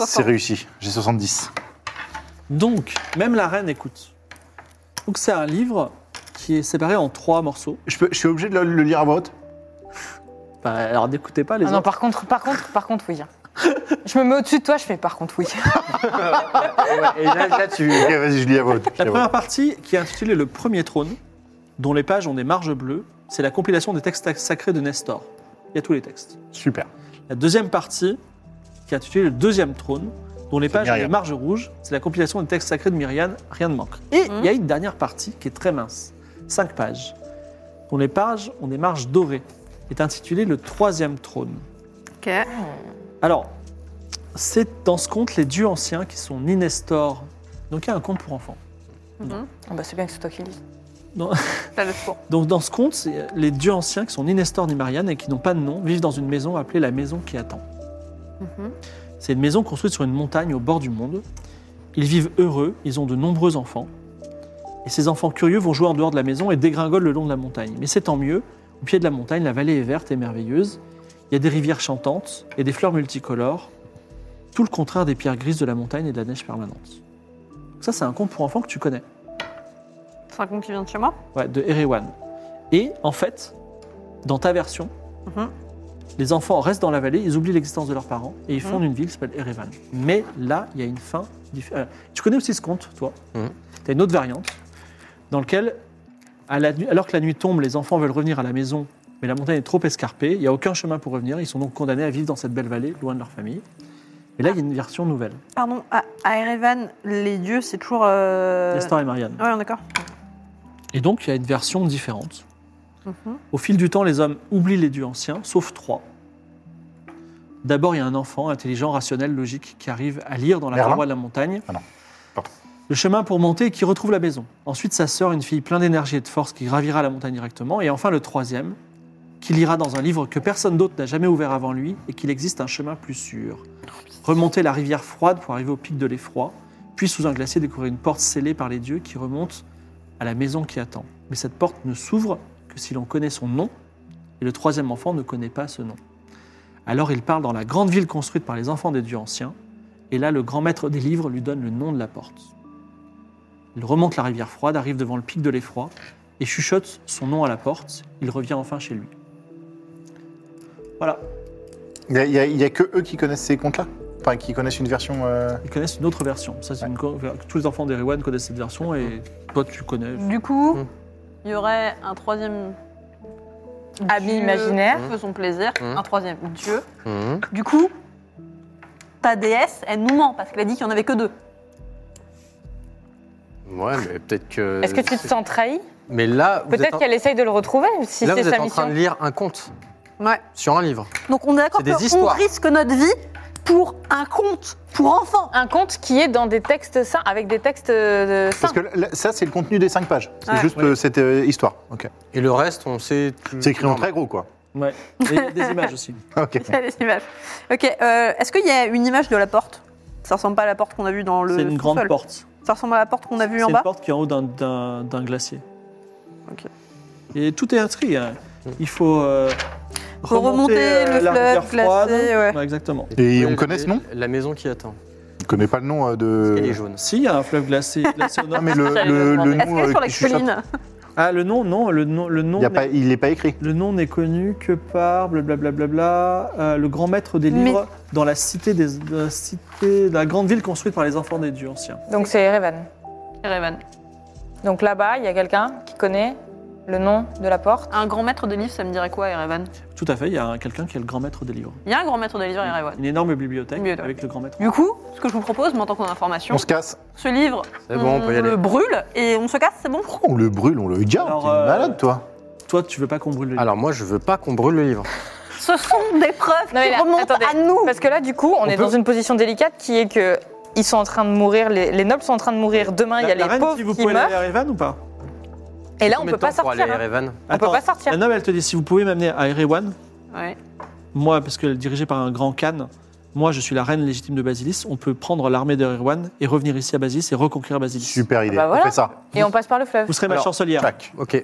S3: C'est réussi, j'ai 70.
S1: Donc, même la reine écoute. Donc, c'est un livre qui est séparé en trois morceaux.
S3: Je, peux, je suis obligé de le, le lire à voix haute
S1: Bah, alors, n'écoutez pas les
S5: Ah non,
S1: autres.
S5: par contre, par contre, par contre, oui. Je me mets au-dessus de toi, je fais par contre, oui.
S2: Et là, là, tu.
S3: Ok, vas-y, je lis à voix haute. Je
S1: La
S3: lis à voix
S1: première partie, qui est intitulée Le Premier Trône, dont les pages ont des marges bleues, c'est la compilation des textes sacrés de Nestor. Il y a tous les textes.
S3: haute. Super.
S1: La deuxième partie, qui est intitulée Le Deuxième Trône, dont les
S3: C'est
S1: pages ont des
S3: Myriam.
S1: marges rouges, c'est la compilation des textes sacrés de Myriane, rien ne manque. Et il y a une dernière partie qui est très mince, cinq pages, dont les pages ont des marges dorées, est intitulée Le Troisième Trône.
S4: Ok.
S1: Alors, c'est dans ce conte les dieux anciens qui sont ni Nestor, donc il y a un conte pour enfants.
S5: Ah bah, c'est bien que c'est toi qui lis.
S4: T'as le choix.
S1: Donc dans ce conte, c'est les dieux anciens qui sont ni Nestor ni Marianne et qui n'ont pas de nom vivent dans une maison appelée la maison qui attend.
S4: Mhm.
S1: C'est une maison construite sur une montagne au bord du monde. Ils vivent heureux, ils ont de nombreux enfants. Et ces enfants curieux vont jouer en dehors de la maison et dégringolent le long de la montagne. Mais c'est tant mieux, au pied de la montagne, la vallée est verte et merveilleuse. Il y a des rivières chantantes et des fleurs multicolores. Tout le contraire des pierres grises de la montagne et de la neige permanente. Donc ça, c'est un conte pour enfants que tu connais.
S4: C'est un con qui vient de chez moi.
S1: Ouais, de Erewan. Et en fait, dans ta version,
S4: Mhm.
S1: Les enfants restent dans la vallée, ils oublient l'existence de leurs parents et ils fondent une ville qui s'appelle Erevan. Mais là, il y a une fin. diffé- euh, tu connais aussi ce conte, toi
S2: Mhm.
S1: Tu as une autre variante dans laquelle, à la nu- alors que la nuit tombe, les enfants veulent revenir à la maison, mais la montagne est trop escarpée, il n'y a aucun chemin pour revenir. Ils sont donc condamnés à vivre dans cette belle vallée, loin de leur famille. Et là, il y a une version nouvelle.
S4: Pardon, à, à Erevan, les dieux, c'est toujours. Euh...
S1: Nestor et Marianne.
S4: Ouais, on est d'accord.
S1: Et donc, il y a une version différente.
S4: Mhm.
S1: Au fil du temps, les hommes oublient les dieux anciens, sauf trois. D'abord, il y a un enfant intelligent, rationnel, logique, qui arrive à lire dans la
S3: Merlin
S1: paroi de la montagne
S3: Ah non. Pardon.
S1: le chemin pour monter et qui retrouve la maison. Ensuite, sa sœur, une fille pleine d'énergie et de force, qui gravira la montagne directement. Et enfin, le troisième, qui lira dans un livre que personne d'autre n'a jamais ouvert avant lui et qu'il existe un chemin plus sûr. Remonter la rivière froide pour arriver au pic de l'effroi, puis sous un glacier découvrir une porte scellée par les dieux qui remonte à la maison qui attend. Mais cette porte ne s'ouvre que si l'on connaît son nom, et le troisième enfant ne connaît pas ce nom. Alors il part dans la grande ville construite par les enfants des dieux anciens, et là le grand maître des livres lui donne le nom de la porte. Il remonte la rivière froide, arrive devant le pic de l'effroi, et chuchote son nom à la porte, il revient enfin chez lui. Voilà,
S3: Il n'y a, il y a que eux qui connaissent ces contes-là Enfin, qui connaissent une version. euh,
S1: ils connaissent une autre version. Ça, c'est une co- Tous les enfants d'Eriwan connaissent cette version, et toi tu connais.
S4: Du coup,
S2: Mm.
S4: il y aurait un troisième.
S5: Habit Mmh. imaginaire.
S4: Fais son plaisir.
S2: Mm.
S4: Un troisième dieu.
S2: Mhm.
S4: Du coup,
S5: Euh,
S4: ta déesse, elle nous ment parce qu'elle a dit qu'il n'y en avait que deux.
S2: Ouais, mais peut-être que.
S5: Est-ce que tu te sens trahi
S2: Mais là, vous êtes,
S5: Peut-être
S2: en...
S5: qu'elle essaye de le retrouver, si
S2: là, vous
S5: c'est
S2: êtes
S5: sa
S2: en train de
S5: mission.
S2: lire un conte
S4: Ouais.
S2: sur un livre.
S4: Donc on est d'accord
S2: C'est des
S4: qu'on
S2: histoires.
S4: risque notre vie pour un conte, pour enfants.
S5: Un conte qui est dans des textes sains, avec des textes euh, sains.
S3: Parce que là, ça, c'est le contenu des 5 pages. C'est
S4: Ouais.
S3: juste
S1: Oui.
S3: euh, cette euh, histoire. Ok.
S2: Et le reste, on sait. tout-
S3: C'est écrit en
S2: tout
S3: très gros, quoi.
S1: Ouais. Et des images aussi.
S3: Ok.
S4: Il y a des images. Ok, euh, est-ce qu'il y a une image de la porte Ça ressemble pas à la porte qu'on a vue dans le.
S1: C'est une grande
S4: sous-sol.
S1: porte.
S4: Ça ressemble à la porte qu'on a vue
S1: C'est
S4: en
S1: une
S4: bas
S1: porte qui est en haut d'un- d'un d'un glacier.
S4: Ok.
S1: Et tout est inscrit. hein. Il faut euh,
S4: Faut remonter
S1: euh,
S4: le
S1: la rivière
S4: fleuve
S1: froide.
S4: glacé, ouais.
S1: exactement.
S3: Et
S2: Oui,
S3: on connaît ce nom
S2: La maison qui attend.
S3: Je connais pas le nom euh, de.
S2: Elle est jaune.
S1: Si, il y a un fleuve glacé, glacé au nord.
S3: Non, Ah, mais le,
S5: J'allais
S3: le,
S5: le
S3: le
S5: demander.
S3: nom.
S4: Est-ce qu'elle est
S3: euh,
S4: sur la
S3: qui chuchote,
S4: colline
S1: Ah, le nom, non, le nom, le nom.
S3: il y a
S1: n'est-
S3: pas- Il n'est pas écrit.
S1: Le nom n'est connu que par blablabla, euh, le grand maître des
S4: Mais-
S1: livres dans la cité des de la cité, de la grande ville construite par les enfants des dieux anciens.
S5: Donc c'est Erevan.
S4: Erevan.
S5: Donc là-bas, il y a quelqu'un qui connaît le nom de la porte.
S4: Un grand maître de livres, ça me dirait quoi, Erevan
S1: Tout à fait, il y a un- quelqu'un qui est le grand maître des livres.
S4: Il y a un grand maître de livres, Erevan.
S1: Une énorme bibliothèque
S4: Bibliothèque.
S1: avec le grand maître.
S4: Du coup, ce que je vous propose, maintenant qu'on a l'information,
S3: On se casse.
S4: ce livre,
S2: C'est bon, on peut y
S5: Mm.
S2: aller.
S4: le brûle et on se casse, c'est bon
S3: Pourquoi on le brûle On le garde
S1: Alors,
S3: T'es
S1: euh,
S3: malade, toi
S1: Toi, tu veux pas qu'on brûle le livre
S2: Alors moi, je veux pas qu'on brûle le livre.
S4: Ce sont des preuves
S5: Non, mais
S4: qui
S5: là,
S4: remontent
S5: attendez.
S4: à nous.
S5: Parce que là, du coup, on, est
S2: peut-
S5: dans une position délicate qui est que ils sont en train de mourir, les, les nobles sont en train de mourir. Demain, il y
S1: La-
S5: a
S1: la
S5: les
S1: reine,
S5: pauvres
S1: si
S5: qui,
S1: vous pouvez aller
S5: meurent.
S1: à Erevan ou pas
S5: Et là, on
S2: Combien
S5: peut
S2: de temps
S5: pas
S2: Pour aller
S5: sortir.
S2: à
S5: hein.
S2: Erevan.
S5: On peut
S1: Attends,
S5: pas sortir.
S1: La noble, elle te dit si vous pouvez m'amener à Erewan,
S4: Ouais.
S1: moi, parce qu'elle est dirigée par un grand Khan, moi, je suis la reine légitime de Basilis, on peut prendre l'armée d'Erewan et revenir ici à Basilis et reconquérir Basilis.
S4: Ah
S3: Super idée.
S5: bah voilà.
S3: On fait ça.
S5: Et on passe par le fleuve.
S1: Vous serez ma
S2: Alors,
S1: chancelière.
S3: Tac.
S2: Ok.
S5: Euh,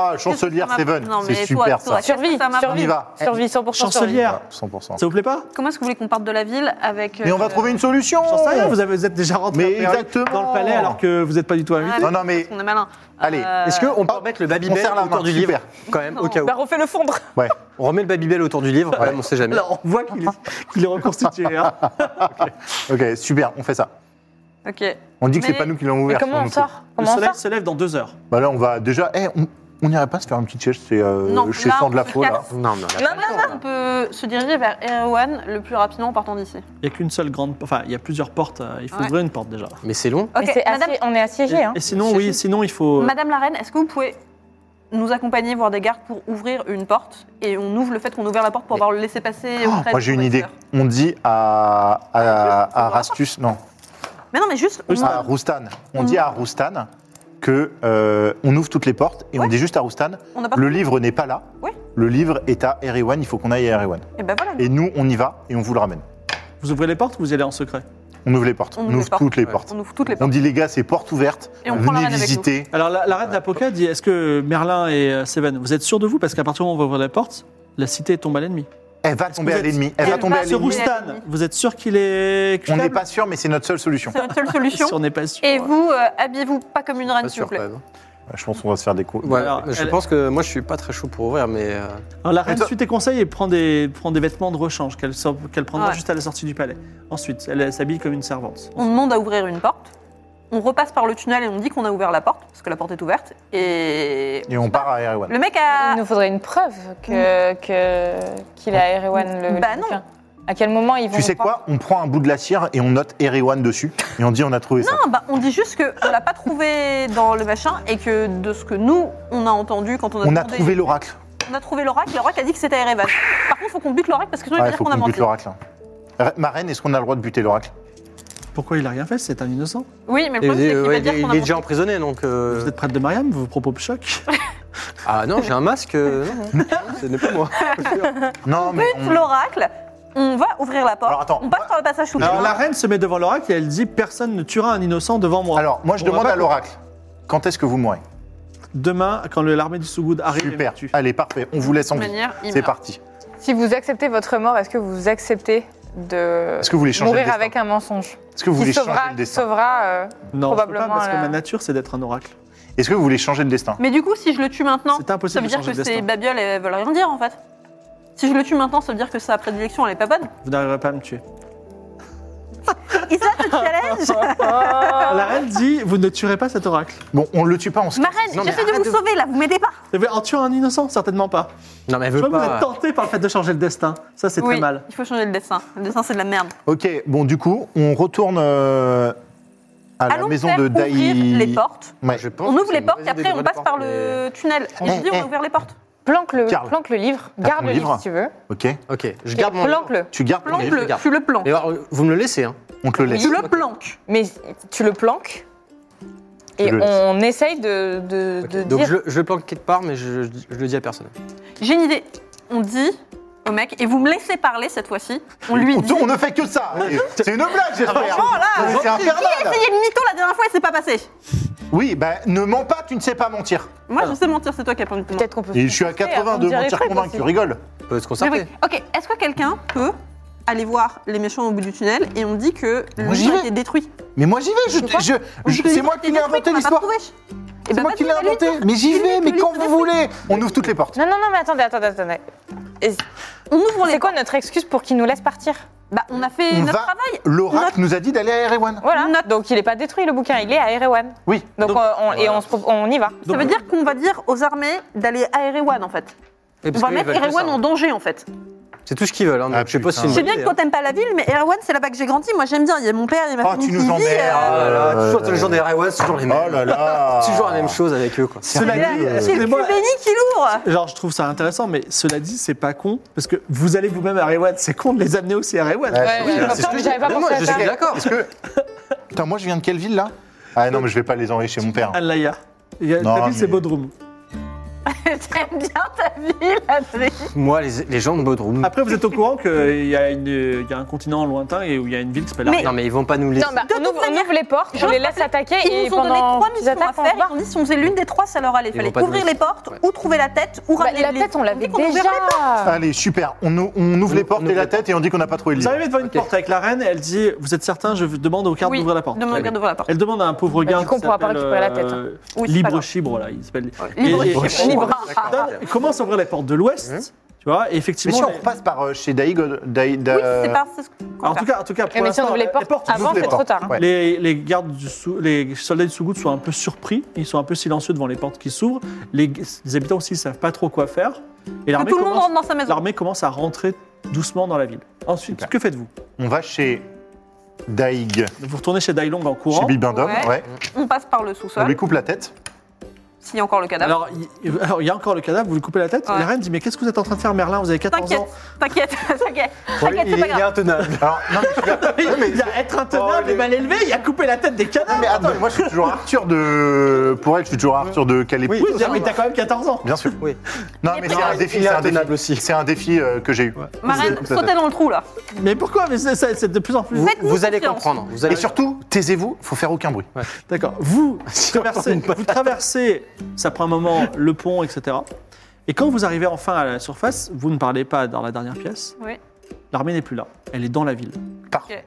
S3: Ah, chancelière
S4: Qu'est-ce que ça m'a-
S3: Seven.
S4: Non, mais
S3: C'est
S4: toi,
S3: super
S4: toi,
S3: ça.
S4: qu'est-ce que
S5: Survie,
S4: ça m'a-
S3: On
S5: survie.
S3: y va.
S5: Survie 100% survie.
S1: Chancelière,
S3: Ah, 100%.
S1: ça vous plaît pas
S4: Comment est-ce que vous voulez qu'on parte de la ville avec. euh,
S3: Mais on va trouver une solution
S1: J'en sais rien, vous, avez- vous êtes déjà rentré
S3: Oh. Mais
S1: a priori,
S3: exactement.
S1: dans le palais alors que vous n'êtes pas du tout invité.
S4: Ah,
S3: Non, non, mais
S4: On est malin.
S3: Allez,
S4: Euh,
S2: Est-ce qu'on peut
S3: Ah,
S2: mettre le
S3: on
S2: Babybel
S3: serre la main.
S2: autour du livre
S3: Super.
S2: Quand même, au
S4: Non.
S2: cas où.
S5: Bah, refais le fondre.
S3: Ouais.
S2: On remet le Babybel autour du livre, quand même, on sait jamais.
S1: Alors, on voit qu'il est, qu'il est reconstitué. hein.
S3: Ok, super, on fait ça.
S4: Euh, Ok.
S3: On dit que
S4: Mais-
S3: c'est pas nous qui l'avons
S5: Mais
S3: ouvert.
S5: comment
S3: sinon,
S5: on
S3: nous-
S5: sort
S1: Le
S5: Comment on
S1: soleil
S5: sort
S1: se lève dans deux heures.
S3: Bah là, on va déjà. Eh, on on n'irait pas se faire une petite sieste chez, euh,
S4: Non,
S3: chez
S4: là,
S3: Sang de la
S4: on se
S3: Faux, là.
S4: casse.
S2: Non, mais on a pas le
S5: Non, non,
S2: temps,
S5: non.
S2: là.
S4: On peut se diriger vers Erwan le plus rapidement en partant d'ici.
S1: Il n'y a qu'une seule grande. Enfin, il y a plusieurs portes. euh, Il faut
S4: Ouais.
S1: ouvrir une porte déjà.
S2: Mais c'est long.
S5: Mais c'est assi-
S4: Madame,
S5: On est assiégés. hein.
S1: Et sinon, oui, sinon il faut.
S4: Madame la Reine, est-ce que vous pouvez nous accompagner voir des gardes pour ouvrir une porte et on ouvre le fait qu'on a ouvert la porte pour avoir le laissé passer
S3: Oh, moi, j'ai une idée. On dit à, à, à Rastus, non,
S4: Mais non, mais juste. on-
S3: à Roustan. On
S4: Mm.
S3: dit à Roustan que euh, on ouvre toutes les portes et on dit juste à Roustan,
S4: On n'a pas.
S3: le livre n'est pas là.
S4: Ouais.
S3: Le livre est à Erewan, il faut qu'on aille à Erewan.
S4: Et ben voilà.
S3: Et nous, on y va et on vous le ramène.
S1: Vous ouvrez les portes ou vous y allez en secret
S3: On ouvre les portes.
S4: On
S3: On,
S4: ouvre les
S3: ouvre
S4: portes.
S3: toutes les
S2: Ouais.
S3: portes.
S4: On ouvre toutes les
S3: On
S4: portes.
S3: dit les gars, c'est portes ouvertes.
S4: Et on prend
S3: Venez
S4: la reine avec
S3: visiter.
S1: Alors, la, la reine de la Poca dit est-ce que Merlin et euh, Seven, vous êtes sûrs de vous Parce qu'à partir du moment où on va ouvrir la porte, la cité tombe à l'ennemi.
S3: Elle va tomber
S1: que
S3: à
S1: vous êtes-
S3: l'ennemi. Elle
S4: Elle
S3: va tomber
S4: va
S3: à
S4: se
S1: Ce
S3: l'ennemi.
S4: rouler.
S1: Roustan, vous êtes sûr qu'il est.
S3: On n'est
S1: cuitable
S3: pas sûr, mais c'est notre seule solution.
S4: C'est notre seule solution.
S1: Si on n'est pas sûr.
S4: Et vous, euh, habillez-vous pas comme une reine,
S2: Pas
S4: s'il vous
S2: sûr, quand
S4: plaît.
S2: même. hein.
S3: Je pense qu'on va se faire des coups.
S2: Ouais,
S1: Alors,
S2: je
S1: elle-
S2: pense que moi je suis pas très chaud pour ouvrir, mais euh,
S1: Alors la reine
S3: Attends.
S1: suit tes conseils et prend des, prend des vêtements de rechange qu'elle sort- qu'elle prendra
S4: Ouais.
S1: juste à la sortie du palais. Ensuite, elle s'habille comme une servante.
S4: On demande à ouvrir une porte. On repasse par le tunnel et on dit qu'on a ouvert la porte, parce que la porte est ouverte. Et.
S3: Et on part à Erewan.
S4: Le mec a.
S5: Il nous faudrait une preuve que que- qu'il a Erewan le. le
S4: Mm. Bah non.
S5: bouquin. À quel moment ils vont
S3: Tu sais
S5: nous croire
S3: quoi On prend un bout de la cire et on note Erewan dessus et on dit on a trouvé ça.
S4: Ah bah, on dit juste qu'on l'a pas trouvé dans le machin et que de ce que nous, on a entendu quand on a
S3: On a
S4: demandé-
S3: trouvé l'oracle.
S4: On a trouvé l'oracle, l'oracle a dit que c'était à Erevan. Par contre, faut qu'on bute l'oracle parce que sinon il
S3: Ouais,
S4: va
S3: il
S4: dire
S3: faut
S4: qu'on a
S3: qu'on bute
S4: menti.
S3: l'oracle. Re- Ma reine, est-ce qu'on a le droit de buter l'oracle
S1: Pourquoi il a rien fait C'est un innocent.
S3: Euh.
S4: Oui, mais le
S2: il,
S4: problème, c'est qu'il
S2: ouais,
S4: va dire
S2: il-
S4: qu'on
S2: il
S4: a
S2: est
S4: menti.
S2: déjà emprisonné donc. euh,
S1: Vous êtes prête de Mariam Vos propos me choquent.
S2: Ah non, j'ai un masque. euh, non, ce n'est pas moi.
S3: Non, mais.
S4: Bute
S3: on-
S4: l'oracle, on va ouvrir la porte.
S3: Alors, attends.
S4: on passe par le passage sous le
S1: Alors
S4: chemin.
S1: la reine se met devant l'oracle et elle dit Personne ne tuera un innocent devant moi.
S3: Alors, moi je
S1: On va
S3: demande
S1: pas-
S3: à l'oracle quand est-ce que vous mourrez
S1: Demain, quand le- l'armée du Sougoud arrive, elle
S3: Super.
S1: me tue.
S3: Allez, parfait. On vous laisse en
S4: De
S3: vie.
S4: manière, il
S3: C'est
S4: meurt.
S3: parti.
S5: Si vous acceptez votre mort, est-ce que vous acceptez de
S3: Est-ce que vous voulez changer le
S5: mourir
S3: destin
S5: avec un mensonge
S3: Est-ce que vous
S5: qui
S3: voulez changer
S5: sauvera,
S3: le
S5: qui
S3: destin
S5: sauvera euh,
S1: Non, je peux pas
S5: Probablement,
S1: parce que
S5: là.
S1: ma nature, c'est d'être un oracle.
S3: Est-ce que vous voulez changer le destin
S4: Mais du coup, si je le tue maintenant,
S1: C'est
S4: ça
S1: impossible
S4: veut
S1: de
S4: dire
S1: changer
S4: que
S1: de
S4: ces
S1: destin.
S4: babioles, elles veulent rien dire en fait. Si je le tue maintenant, ça veut dire que sa prédilection, elle est pas bonne.
S1: Vous n'arriverez pas à me tuer.
S4: Et ça, te challenge
S5: Oh.
S1: La reine dit Vous ne tuerez pas cet oracle.
S3: Bon, on le tue pas, on se.
S4: Ma reine,
S2: Non, mais
S4: j'essaie de vous
S2: arrête de-
S4: sauver là, vous m'aidez pas.
S1: Vous avez- Eh En tuant un innocent Certainement pas.
S2: Non mais elle
S1: Je
S2: veut
S1: vois que vous
S2: pas.
S1: êtes tenté par le fait de changer le destin. Ça, c'est très
S4: Oui,
S1: mal.
S4: il faut changer le dessin. Le dessin, c'est de la merde.
S3: Ok, bon, du coup, on retourne euh, à la
S4: Allons
S3: maison
S4: faire
S3: de
S4: ouvrir
S3: Dai.
S4: les portes.
S3: Ouais.
S2: Je pense
S4: On
S2: que
S4: ouvre
S2: c'est
S4: les
S2: une
S4: portes
S2: mauvaise
S4: et
S2: idée
S4: après on
S2: d'ouvrir
S4: passe
S2: les
S4: par
S2: portes, mais-
S4: le tunnel. Et
S3: Eh,
S4: je dis on
S3: eh.
S4: a ouvert les portes.
S5: planque le,
S3: Karl.
S5: planque le livre,
S3: T'as
S5: garde
S3: ton
S5: le livre,
S3: livre
S5: si tu veux.
S3: Ok,
S2: Ok, je garde mon.
S5: Planque-le.
S3: tu gardes ton livre,
S4: Planque-le,
S2: regarde.
S4: tu le planques.
S2: Et alors, vous me le laissez hein.
S3: on te le laisse.
S4: Tu le planques.
S5: Mais tu le planques et
S3: Je le laisse.
S5: on essaye de, de,
S2: Ok,
S5: de
S2: Donc
S5: dire.
S2: je, le- je le planque quelque part, mais je, je- je le dis à personne.
S4: J'ai une idée. On dit au mec, et vous me laissez parler cette fois-ci, on lui
S3: On,
S4: dit.
S3: on ne fait que ça C'est une blague, j'espère
S4: là,
S3: C'est infernal
S4: Essayez le mytho la dernière fois et c'est pas passé.
S3: Oui, bah, ne mens pas, tu ne sais pas mentir.
S4: Moi je sais mentir, c'est toi qui as pas envie de mentir.
S5: Peut-être qu'on peut.
S3: Et je suis à 80 de mentir convaincu, tu rigoles.
S2: On peut se
S4: Mais
S2: concerter.
S4: oui. Ok, est-ce que quelqu'un peut aller voir les méchants au bout du tunnel et on dit que le
S3: Moi, j'y
S4: jeu a
S3: vais.
S4: été détruit
S3: Mais moi j'y vais, je-
S4: crois-
S3: je-
S4: On
S3: je-
S4: dit que le
S3: c'est
S4: livre a
S3: moi
S4: été
S3: qui l'ai
S4: détruit,
S3: inventé
S4: qu'on l'a pas
S3: l'histoire.
S4: retrouvé. Eh
S3: C'est
S4: ben,
S3: moi
S4: vas-y,
S3: qui l'ai
S4: allez,
S3: inventé. Mais j'y
S4: Dis-lui
S3: vais,
S4: que
S3: mais
S4: lui,
S3: quand
S4: il
S3: vous
S4: l'a
S3: voulez. On ouvre toutes les portes.
S5: Non, non, non, mais attendez, attendez, attendez. Et
S4: On ouvre les.
S5: C'est quoi notre excuse pour qu'il nous laisse partir
S4: Bah, on a fait
S3: On
S4: notre
S3: va-
S4: travail.
S3: L'oracle nous a dit d'aller à Erewan.
S5: Voilà. Donc il n'est pas détruit le bouquin, il est à Erewan.
S3: Oui.
S5: Donc,
S1: Donc,
S5: euh, on, et on, se pro- on y va.
S4: Ça
S1: Donc,
S4: veut dire qu'on va dire aux armées d'aller à Erewan en fait.
S2: Et
S4: On
S2: parce
S4: va
S2: qu'ils
S4: mettre
S2: veulent que
S4: Erewan
S2: ça,
S4: en
S2: hein.
S4: danger en fait.
S2: C'est tout ce qu'ils veulent. Hein, donc
S3: Ah,
S2: je sais pas si hein. c'est
S3: putain.
S2: une
S4: Je sais bien que
S2: bonne
S4: quand t'aimes pas la ville, mais Erwan, c'est là-bas que j'ai grandi. Moi, j'aime bien. Il y a mon père, il y a ma
S3: Oh,
S4: famille
S3: tu
S4: qui
S3: nous
S4: vit,
S3: emmerdes.
S4: euh,
S2: Ah là là, toujours
S3: Euh,
S2: c'est le genre des Raiwan, c'est toujours les mêmes.
S3: Oh là là
S2: Toujours la même chose avec eux quoi.
S1: Cela dit, euh,
S3: Sérieux
S4: C'est le
S1: excusez-moi,
S4: cul béni qui l'ouvre.
S1: Genre, je trouve ça intéressant, mais cela dit, c'est pas con, parce que vous allez vous-même à Rewan, c'est con de les amener aussi à Rewan.
S3: Ouais,
S5: Ouais,
S3: c'est clair.
S5: j'avais pas-
S3: C'est ce que je dis.
S5: j'avais pas
S2: Mais
S5: pensé
S2: moi,
S5: à
S2: je
S5: ça.
S2: suis d'accord.
S3: Est-ce que. Putain, moi je viens de quelle ville là Ah non, mais je vais pas les envoyer chez mon père.
S1: Anlaya. Il y a-
S3: Non,
S1: Ta ville, c'est
S3: mais-
S1: Bodrum.
S4: J'aime bien ta ville, Adrien.
S2: Moi, les, les gens de Bodrum.
S1: Après, vous êtes au courant qu'il y, a une- il y a un continent lointain et où il y a une ville qui s'appelle
S4: Mais-
S1: Aria.
S2: Non mais ils vont pas nous laisser.
S5: Non, bah,
S4: De
S5: on,
S4: toute
S5: ouvre, on
S4: manière,
S5: ouvre les portes,
S4: je
S5: on les laisse attaquer
S4: Ils
S5: et
S4: nous ont donné
S5: pendant
S4: trois
S5: qu'ils
S4: missions à
S5: attaquent, on se
S4: faire.
S5: barre.
S4: Ils ont dit si on faisait l'une des trois, ça leur allait.
S2: Ils
S4: Fallait
S2: vont pas nous
S4: ouvrir les
S2: laisser.
S4: portes,
S2: Ouais.
S4: ou trouver la tête, ou
S5: Bah,
S4: ramener
S5: La
S4: les-
S5: tête, on l'avait
S4: dit qu'on ouvrait les portes.
S5: déjà.
S3: Allez, super. On, ou- on ouvre
S2: On-
S3: les portes
S2: on
S3: et
S2: ouvre
S3: la
S2: les
S3: tête et on dit qu'on n'a pas trouvé le
S1: Vous
S3: livre.
S1: arrivez devant une
S2: Ok.
S1: porte avec la reine, elle dit Vous êtes certain, je demande au garde
S4: Oui,
S1: d'ouvrir la porte.
S4: Demande au garde d'ouvrir la porte.
S1: Elle demande à un pauvre
S5: Bah, du
S1: garde.
S5: coup, on
S1: qui
S5: pourra pas
S1: s'appelle,
S5: récupérer la tête, hein.
S1: euh,
S4: Oui, c'est pas
S1: Libre
S4: grave.
S1: chibre, là, il s'appelle.
S4: Libre
S1: Et-
S4: chibre.
S1: et-
S4: Libre.
S2: D'accord.
S1: Donne- Commence à ouvrir les portes de l'ouest, tu vois, et
S3: Ah, Hein Mais
S1: effectivement.
S3: si on
S1: les-
S3: repasse par euh, chez euh, Daïg. Daïg-
S4: Oui,
S2: euh,
S3: Da-
S4: c'est pas. c'est ce qu'on
S1: Alors, en
S4: va
S1: tout
S4: faire.
S1: cas, en tout cas pour
S5: Eh, mais si on
S1: l'instant,
S5: ouvre les
S1: la-
S5: portes
S1: porte,
S5: avant,
S1: vous ouvrez
S5: c'est
S1: les
S5: trop
S1: portes.
S5: tard. hein.
S3: Ouais.
S1: Les, les gardes du Sou- les soldats du Sougoud sont un peu surpris, ils sont un peu silencieux devant les portes qui s'ouvrent. Les, les habitants aussi ne savent pas trop quoi faire. Et
S4: Que
S1: l'armée
S4: tout le monde
S1: commence,
S4: rentre dans sa maison.
S1: l'armée commence à rentrer doucement dans la ville. Ensuite,
S3: Super.
S1: que faites-vous
S3: On va chez Daïg,
S1: Vous retournez chez Dailong en
S3: chez
S1: courant.
S3: Bibendum.
S4: Ouais.
S3: Ouais.
S4: On passe par le
S3: On lui
S4: sous-sol,
S3: coupe la tête.
S4: s'il y a encore le cadavre.
S1: Alors, il alors, il y a encore le cadavre, vous lui coupez la tête.
S4: Ouais.
S1: La reine dit Mais qu'est-ce que vous êtes en train de faire, Merlin Vous avez 14 ans.
S4: T'inquiète, t'inquiète, t'inquiète, t'inquiète, c'est
S2: il,
S4: pas
S2: est- il est
S4: grave.
S2: intenable.
S3: Alors, non, mais je suis là- Non, mais-
S1: Il a être intenable
S3: Oh, il est-
S1: et mal élevé, il a coupé la tête des
S3: Non,
S1: cadavres.
S3: mais attends, mais moi je suis toujours Arthur de. Pour elle, je suis toujours Arthur de Calais.
S2: Oui. Ah,
S1: Oui, ah, mais t'as quand même 14 ans.
S3: Bien sûr.
S2: Oui.
S3: Non,
S4: Il est
S3: mais
S4: pris
S3: c'est
S4: dans
S3: un
S4: le-
S3: défi,
S2: il est
S3: c'est un défi.
S2: intenable aussi.
S3: C'est un défi euh, que j'ai eu.
S4: Marraine,
S3: Tout à fait.
S4: sautez dans le trou là.
S1: Mais pourquoi Mais c'est c'est- c'est de plus en plus.
S2: Vous,
S4: Faites-nous
S2: vous allez
S4: confiance.
S2: comprendre. Vous allez...
S3: Et surtout, taisez-vous, faut faire aucun bruit.
S1: D'accord. Vous
S2: Sur
S1: traversez,
S2: une
S1: vous traversez, ça prend un moment, le pont, etc. Et quand vous arrivez enfin à la surface, vous ne parlez pas dans la dernière pièce.
S4: Oui.
S1: L'armée n'est plus là. Elle est dans la ville.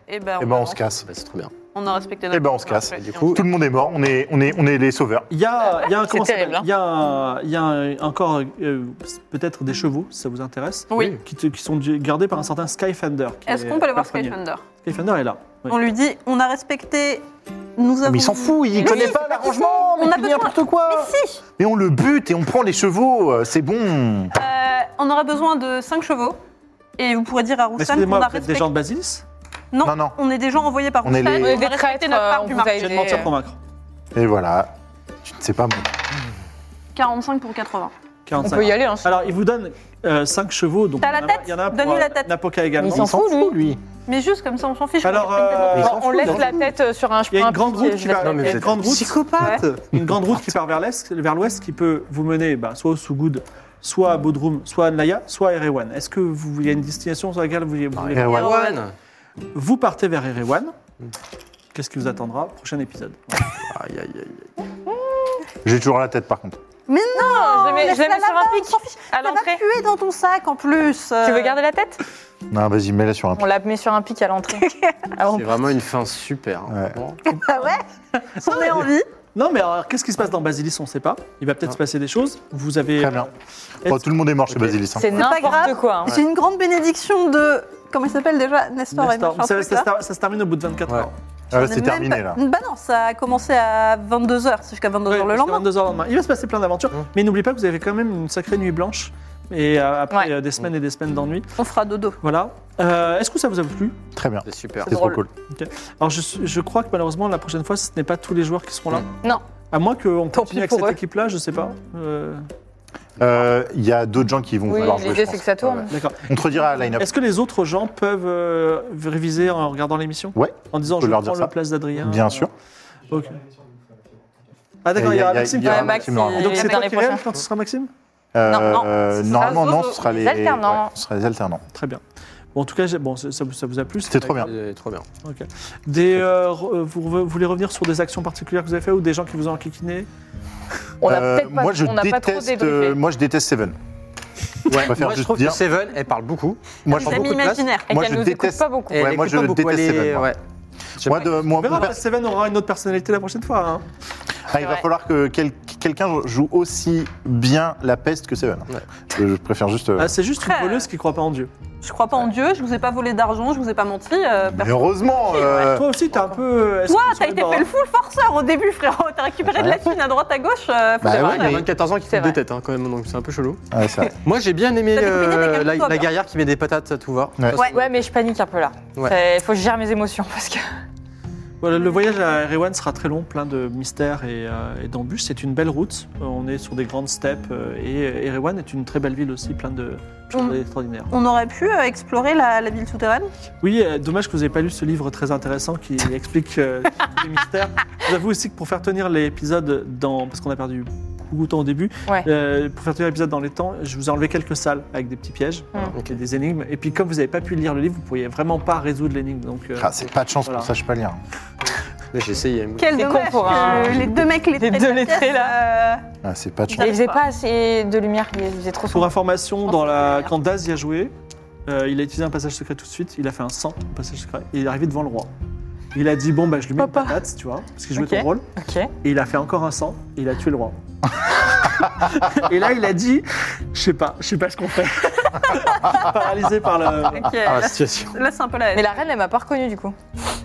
S4: Et ben,
S3: Et ben on se casse.
S2: Bah, c'est trop bien.
S4: On a respecté notre.
S3: Eh ben, on se casse.
S4: Et
S2: Du coup,
S3: Tout le monde est mort, on est, on est, on est les sauveurs.
S1: Il y a, il y a un, comment ça
S5: terrible,
S1: s'appelle Il y a un- il y a un- encore euh, peut-être des chevaux, si ça vous intéresse,
S4: Oui.
S1: qui, te- qui sont gardés par un certain Skyfender. qui
S4: Est-ce
S1: est
S4: qu'on peut aller voir
S1: le premier.
S4: Skyfender
S1: Skyfender est là. oui.
S4: On lui dit, on a respecté. Nous avons.
S3: Mais il s'en fout, il
S4: Mais
S3: connaît
S4: oui,
S3: pas
S4: c'est
S3: l'arrangement,
S4: qu'il faut.
S3: mais
S4: On a
S3: il dit
S4: besoin-
S3: n'importe quoi.
S4: Mais si
S3: Mais on le bute et on prend les chevaux, euh, c'est bon.
S4: Euh, On aura besoin de 5 chevaux. Et vous pourrez dire à Roussan qu'on
S1: Excusez-moi,
S4: a
S1: vous êtes
S4: respecté.
S1: des gens de Basilis
S4: Non,
S3: Non, non.
S4: on est des gens envoyés par
S3: On est
S4: Roussan.
S3: les-
S5: On est des traîtres, euh, on
S4: du
S5: vous
S4: marché.
S5: a
S1: J'ai de
S5: aidés.
S1: mentir convaincre.
S3: Et voilà, tu ne sais pas. mon-
S4: 45 pour 80.
S5: On
S1: 45.
S5: peut y aller. hein.
S1: Alors, il vous donne 5 chevaux. Donc
S4: T'as
S1: il y
S4: la
S1: en a-
S4: tête
S1: Il y en a un
S4: Donne-lui
S1: pour,
S4: la
S1: euh,
S4: tête.
S1: Napoca également.
S5: Mais il s'en fout, lui.
S4: Mais juste comme ça, on s'en fiche.
S1: Alors,
S4: on respecte
S1: euh,
S4: notre-
S3: il s'en
S5: On
S3: fout,
S5: laisse
S3: hein.
S5: la tête sur un
S1: Il y a une grande
S5: pied,
S1: route
S5: je
S1: qui
S5: laisse
S1: va,
S2: Non, mais
S1: il y a
S2: vous
S1: une
S2: êtes
S1: grande route,
S2: psychopathe
S1: une grande route qui part vers l'est, vers l'ouest, qui peut vous mener bah, soit au Sougoud, soit à Bodrum, soit à Nlaya, soit à Erewan. Est-ce que vous, il y a une destination sur laquelle vous voulez vous voulez-
S3: Eh ouais.
S2: Erwan
S1: Vous partez vers Erewan.
S3: Mm.
S1: Qu'est-ce qui vous attendra Prochain épisode.
S2: Aïe, aïe, aïe.
S3: J'ai toujours la tête, par contre.
S5: Je les mets- je
S4: laisse-la
S5: les mets sur
S4: là-bas,
S5: un
S4: on s'en
S5: pic
S4: fiche.
S5: à
S4: Ça va
S5: l'entrée.
S4: puer dans ton sac en plus.
S5: Tu veux garder la tête
S3: Non, vas-y, mets-la sur un.
S5: On la met sur un pic à l'entrée. Ah, on-
S2: C'est vraiment une fin super. hein.
S3: Ouais.
S2: Bon.
S4: Ah ouais On est en vie.
S1: Non, mais alors, qu'est-ce qui se passe dans Basilis On ne sait pas. Il va peut-être se passer des choses. Vous avez.
S3: Très bien. Oh, tout le monde est mort chez
S2: Ok.
S3: Basilis. hein.
S5: C'est
S4: pas grave.
S5: n'importe quoi. hein.
S4: J'ai une grande bénédiction de. Comment il s'appelle déjà Nestor, et
S1: Nestor-
S4: machin,
S1: ça,
S4: truc,
S1: ça-
S4: là.
S1: ça- ça se termine au bout de 24
S2: Ouais.
S1: heures.
S3: Ah,
S4: On est
S3: c'est
S4: même
S3: terminé,
S4: pas-
S3: là.
S4: Bah non, ça a commencé à 22h, c'est jusqu'à 22h
S1: Ouais,
S4: le
S1: jusqu'à
S4: lendemain.
S1: 22 heures le lendemain. Il va se passer plein d'aventures.
S2: Mm.
S1: Mais n'oubliez pas que vous avez quand même une sacrée nuit blanche. Et euh, après
S5: Ouais.
S1: euh, des semaines et des semaines d'ennui.
S4: On fera dodo.
S1: Voilà. Euh, Est-ce que ça vous a plu
S3: Très bien.
S2: C'est super.
S3: C'est trop
S5: drôle.
S3: cool.
S1: Alors je, je crois que malheureusement la prochaine fois ce n'est pas tous les joueurs qui seront là.
S5: Mm. Non.
S1: À moins qu'on
S5: Tant
S1: continue
S5: pis
S1: avec
S5: pour
S1: cette
S5: eux.
S1: équipe-là, je sais pas. Euh,
S3: Euh, Il y a d'autres gens qui vont
S5: Oui,
S3: vouloir jouer. je
S5: l'idée c'est que
S3: pense.
S5: ça tourne.
S1: D'accord.
S3: On te redira la line-up.
S1: Est-ce que les autres gens peuvent euh, réviser en regardant l'émission
S3: Ouais.
S1: En disant
S3: Faut
S1: je
S3: leur
S1: prends
S3: dire
S1: la
S3: ça.
S1: place d'Adrien.
S3: Bien sûr.
S1: Ok. Ah d'accord, il
S3: Il y
S1: y
S3: a-
S1: aura
S3: il y a-
S1: Maxime.
S3: il y aura
S1: qui
S5: Ouais,
S1: va-
S5: Max,
S3: Maxime Laurent.
S5: il
S1: Ah, Donc
S5: vient
S1: c'est
S5: dans
S1: toi
S5: les
S1: qui réel
S5: prochains.
S1: quand ce sera Maxime
S5: non,
S3: Euh,
S5: ce sera
S3: normalement, non,
S5: Zozo,
S3: ce sera
S5: les
S3: les,
S5: alternants.
S3: ouais, ce sera les alternants.
S1: Très bien. Bon, en tout cas, j'ai- bon, ça, ça vous- ça vous a plu
S3: C'était trop bien.
S2: Euh, Trop bien.
S1: Des, euh, re- euh, vous, re- vous voulez revenir sur des actions particulières que vous avez faites ou des gens qui vous ont enquiquiné
S5: On a
S3: Euh,
S5: peut-être pas,
S3: moi, je
S5: on a pas trop
S3: déteste, euh,
S5: débriefé.
S3: moi, je déteste Seven.
S2: Ouais,
S3: préfère
S2: moi, je
S3: juste
S2: trouve
S3: dire-
S2: que Seven, elle parle beaucoup.
S3: Moi,
S4: Les
S3: je,
S4: amis
S2: beaucoup de place.
S4: imaginaires.
S5: Et
S3: moi,
S5: qu'elle
S3: je
S5: nous écoute
S3: déteste-
S5: pas beaucoup.
S2: Et elle
S3: Ouais, moi,
S2: écoute
S3: je
S2: pas beaucoup,
S3: déteste
S2: elle est-
S3: Seven, moi.
S2: Ouais. J'aime
S3: moi,
S2: pas-
S3: de- moi,
S1: On verra,
S3: mon père-
S1: après, Seven aura une autre personnalité la prochaine fois. hein.
S3: Ah, il va
S5: Ouais.
S3: falloir que quel- quelqu'un joue aussi bien la peste que Seven.
S2: Ouais.
S3: Je, je préfère juste. euh,
S1: Ah, c'est juste une
S4: Après,
S1: voleuse qui croit pas en Dieu.
S4: Je crois pas en Dieu, je vous ai pas volé d'argent, je vous ai pas menti. euh,
S3: mais
S4: personne-
S3: heureusement. euh,
S1: Toi aussi, t'es un peu. euh, est-ce
S4: Toi,
S1: qu'on
S4: t'as
S1: serait
S4: été
S1: dans-
S4: fait le full forceur au début, frérot. T'as récupéré de la thune à droite, à gauche. euh, faut
S3: Bah
S4: savoir,
S3: ouais,
S2: Il y a
S4: euh,
S3: mais-
S2: 24 ans qui
S5: C'est
S2: fait deux
S5: vrai.
S2: têtes hein, quand même, donc c'est un peu chelou.
S3: ouais, c'est vrai.
S2: Moi j'ai bien aimé
S4: Ça fait
S2: euh,
S4: péter des cartons,
S2: la,
S4: toi,
S2: la
S4: bien.
S2: guerrière qui met des patates à tout va.
S3: Ouais.
S5: Ouais. ouais, mais je panique un peu là.
S2: Ouais.
S5: C'est- Il faut que je gère mes émotions parce que.
S1: Voilà, le voyage à Erewan sera très long, plein de mystères et, euh, et d'embûches. C'est une belle route. Euh, On est sur des grandes steppes euh, et Erewan est une très belle ville aussi, plein de choses
S4: Mm.
S1: extraordinaires.
S4: On aurait pu euh, explorer la, la ville souterraine.
S1: Oui, euh, dommage que vous n'ayez pas lu ce livre très intéressant qui explique euh, les mystères. J'avoue aussi que pour faire tenir l'épisode dans. Parce qu'on a perdu beaucoup de temps au début.
S5: Ouais.
S1: euh, pour faire tenir l'épisode dans les temps, je vous ai enlevé quelques salles avec des petits pièges
S5: Mm.
S1: voilà, et des énigmes. Et puis, comme vous n'avez pas pu lire le livre, vous ne pourriez vraiment pas résoudre l'énigme. Donc, euh,
S3: Ah, c'est pas de chance
S1: Voilà.
S3: pour ça, je sais pas lire.
S2: Mais J'ai essayé.
S4: Quel
S5: C'est
S4: dommage
S5: con pour
S4: que
S5: un-
S4: les deux mecs les
S5: deux lettrés,
S4: là.
S3: Ah, c'est pas de chance.
S5: Il faisait pas assez de lumière, il faisait trop
S1: Pour
S5: sombre.
S1: information,
S4: pense
S1: dans
S4: que
S1: la...
S4: c'est
S1: quand Daz y a joué, euh, il a utilisé un passage secret tout de suite, il a fait un 100 au passage secret, et il est arrivé devant le roi. Il a dit, bon, bah, je lui mets une
S5: Papa.
S1: patate, tu vois, parce qu'il jouait
S5: Ok.
S1: ton rôle,
S5: Ok.
S1: et il a fait encore un 100, et il a tué le roi. et là, il a dit, je sais pas, je sais pas ce qu'on fait. Paralysé par le...
S4: Ok,
S2: Ah,
S4: là,
S2: la situation.
S4: là, c'est un peu la
S5: Mais la reine, elle m'a pas reconnue du coup.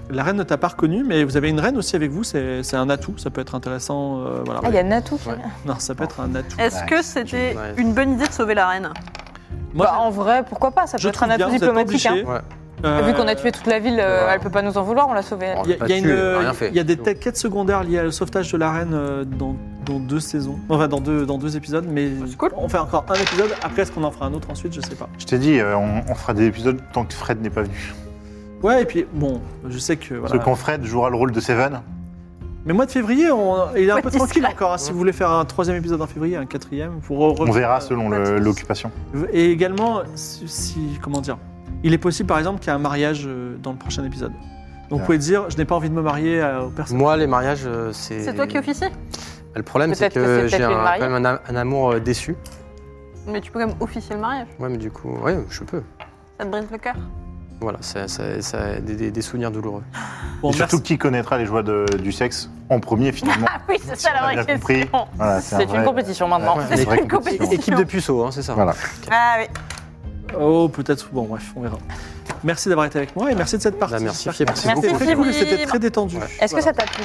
S1: La reine ne t'a pas reconnu, mais vous avez une reine aussi avec vous, c'est c'est un atout, ça peut être intéressant, euh, voilà.
S5: Ah, il y a Natou qui
S2: Ouais.
S1: Non, ça peut être un atout.
S4: Est-ce que c'était
S2: Ouais.
S4: une bonne idée de sauver la reine
S1: Moi,
S5: bah, en vrai, pourquoi pas Ça peut
S1: je
S5: être un
S1: trouve bien,
S5: atout
S1: vous êtes
S5: diplomatique.
S1: obligés.
S5: hein.
S2: Ouais.
S1: Euh,
S5: Vu qu'on a tué toute la ville, euh,
S2: voilà.
S5: elle peut pas nous en vouloir, on l'a sauvée.
S2: On
S1: Il y a,
S2: l'a
S1: il y a
S2: pas
S1: une-
S2: tué, on a rien fait.
S1: il y a des
S2: Donc,
S1: têtes- quêtes secondaires liées au sauvetage de la reine euh, dans, dans deux saisons, enfin dans deux, dans deux épisodes, mais on fait encore un épisode. Après, est-ce qu'on en fera un autre ensuite Je sais pas.
S3: Je t'ai dit, euh, on, on fera des épisodes tant que Fred n'est pas venu.
S1: Ouais, et puis bon, je sais que.
S3: Parce
S1: Voilà.
S3: que quand Fred jouera le rôle de Seven,
S1: Mais mois de février, on- il est un
S4: Ouais,
S1: peu
S4: discret.
S1: tranquille encore. hein, Si vous voulez faire un troisième épisode en février, un quatrième, pour
S3: on verra selon le- l'occupation.
S1: Et également, si, si- comment dire, il est possible par exemple qu'il y ait un mariage euh, dans le prochain épisode. Donc
S3: Ah.
S1: vous pouvez dire, je n'ai pas envie de me marier euh, aux personnes.
S2: Moi, les mariages, euh, c'est.
S4: C'est toi qui officie
S2: Le problème, c'est
S5: Peut-être que c'est
S2: que j'ai
S5: peut-être
S2: un-
S5: les
S2: quand
S5: mariés.
S2: même un, am- un amour euh, déçu.
S4: Mais tu peux quand même officier le mariage.
S2: Ouais, mais du coup, ouais, je peux.
S4: Ça te brise le cœur.
S2: Voilà, ça, ça- ça- des, des- des souvenirs douloureux.
S1: Bon,
S3: Et surtout,
S1: merci.
S3: qui connaîtra les joies de- du sexe en premier, finalement
S4: Ah oui, c'est ça la
S3: On a
S4: vraie
S3: bien
S4: question.
S3: compris. Voilà, c'est un
S5: C'est
S3: vrai-
S5: une compétition maintenant.
S2: Ouais,
S3: c'est une vraie
S4: une compétition.
S3: compétition.
S2: Équipe de puceaux, hein, c'est ça
S3: Voilà.
S4: Ah oui.
S1: Oh, peut-être. Bon, bref, on verra. Merci d'avoir été avec moi et merci de cette partie.
S2: Bah, merci,
S1: J'espère que
S2: merci
S1: c'était
S4: beaucoup.
S1: très cool et
S4: Merci,
S1: C'était
S4: Fibre.
S1: très détendu.
S2: Ouais.
S5: Est-ce que
S1: Voilà.
S5: ça t'a plu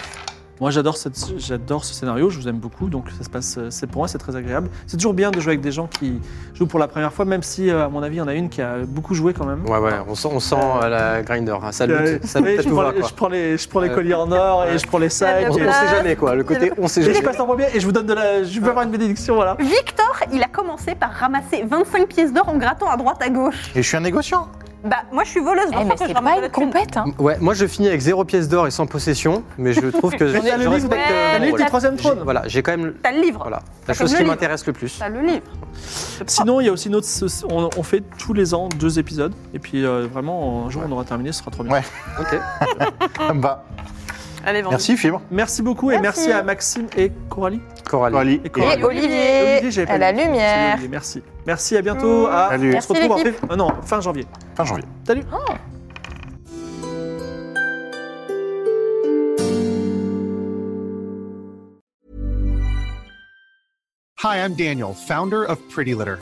S1: Moi, j'adore cette, j'adore ce scénario. Je vous aime beaucoup, donc ça se passe. euh, C'est pour moi, c'est très agréable. C'est toujours bien de jouer avec des gens qui jouent pour la première fois, même si, euh, à mon avis, il y en a une qui a beaucoup joué quand même.
S2: Ouais, ouais, on sent, on sent euh, la grinder. hein, ça
S1: Euh,
S2: lutte, ça
S1: oui,
S2: lutte,
S1: je,
S2: tout
S1: prends,
S2: va,
S1: les-
S2: quoi.
S1: je prends les, je prends les
S2: Ouais.
S1: colliers en or et
S2: Ouais.
S1: je prends les sacs.
S2: On, on
S1: Et,
S2: sait jamais, quoi. Le côté, on sait
S1: et je
S2: jamais.
S1: passe en premier et je vous donne de la. Je peux avoir une bénédiction, voilà.
S4: Victor, il a commencé par ramasser 25 pièces d'or en grattant à droite à gauche.
S3: Et je suis un négociant.
S4: Bah, moi je suis voleuse,
S5: Eh,
S4: donc
S5: mais
S4: que je
S5: c'est
S4: ramasse
S5: pas
S4: de la
S5: une
S4: thune.
S5: compète, hein.
S2: Ouais, moi je finis avec zéro pièce d'or et sans possession, mais je trouve que je,
S1: Mais t'as
S2: je
S1: le livre,
S2: respecte
S4: t'as
S2: euh,
S4: le
S2: mon
S4: livre
S1: du
S2: rôle.
S1: troisième trône.
S2: J'ai- Voilà, j'ai quand même
S4: T'as le livre.
S2: voilà,
S4: T'as
S2: la chose
S4: comme
S2: qui
S4: le
S2: m'intéresse le plus.
S4: T'as le livre.
S1: Sinon, il y a aussi une autre. ce- On, on fait tous les ans deux épisodes et puis euh, vraiment un jour on aura terminé, ce sera trop bien.
S3: Ouais.
S2: Ok.
S3: Ça me va.
S4: Allez, vendu.
S3: Merci, Fibre.
S1: Merci beaucoup et
S5: Merci.
S1: merci à Maxime et Coralie.
S2: Coralie.
S3: Coralie.
S1: Et
S3: Et-
S1: Coralie.
S5: Et Olivier,
S1: j'avais pas
S5: à la
S1: dit. C'est
S5: lumière. Mmh.
S1: Olivier, Merci. Merci, à bientôt. À...
S3: Salut.
S1: On se retrouve en
S5: l'équipe.
S1: fév- ah non, fin janvier.
S3: Fin janvier.
S1: Salut.
S6: Hi, I'm Daniel, founder of Pretty Litter.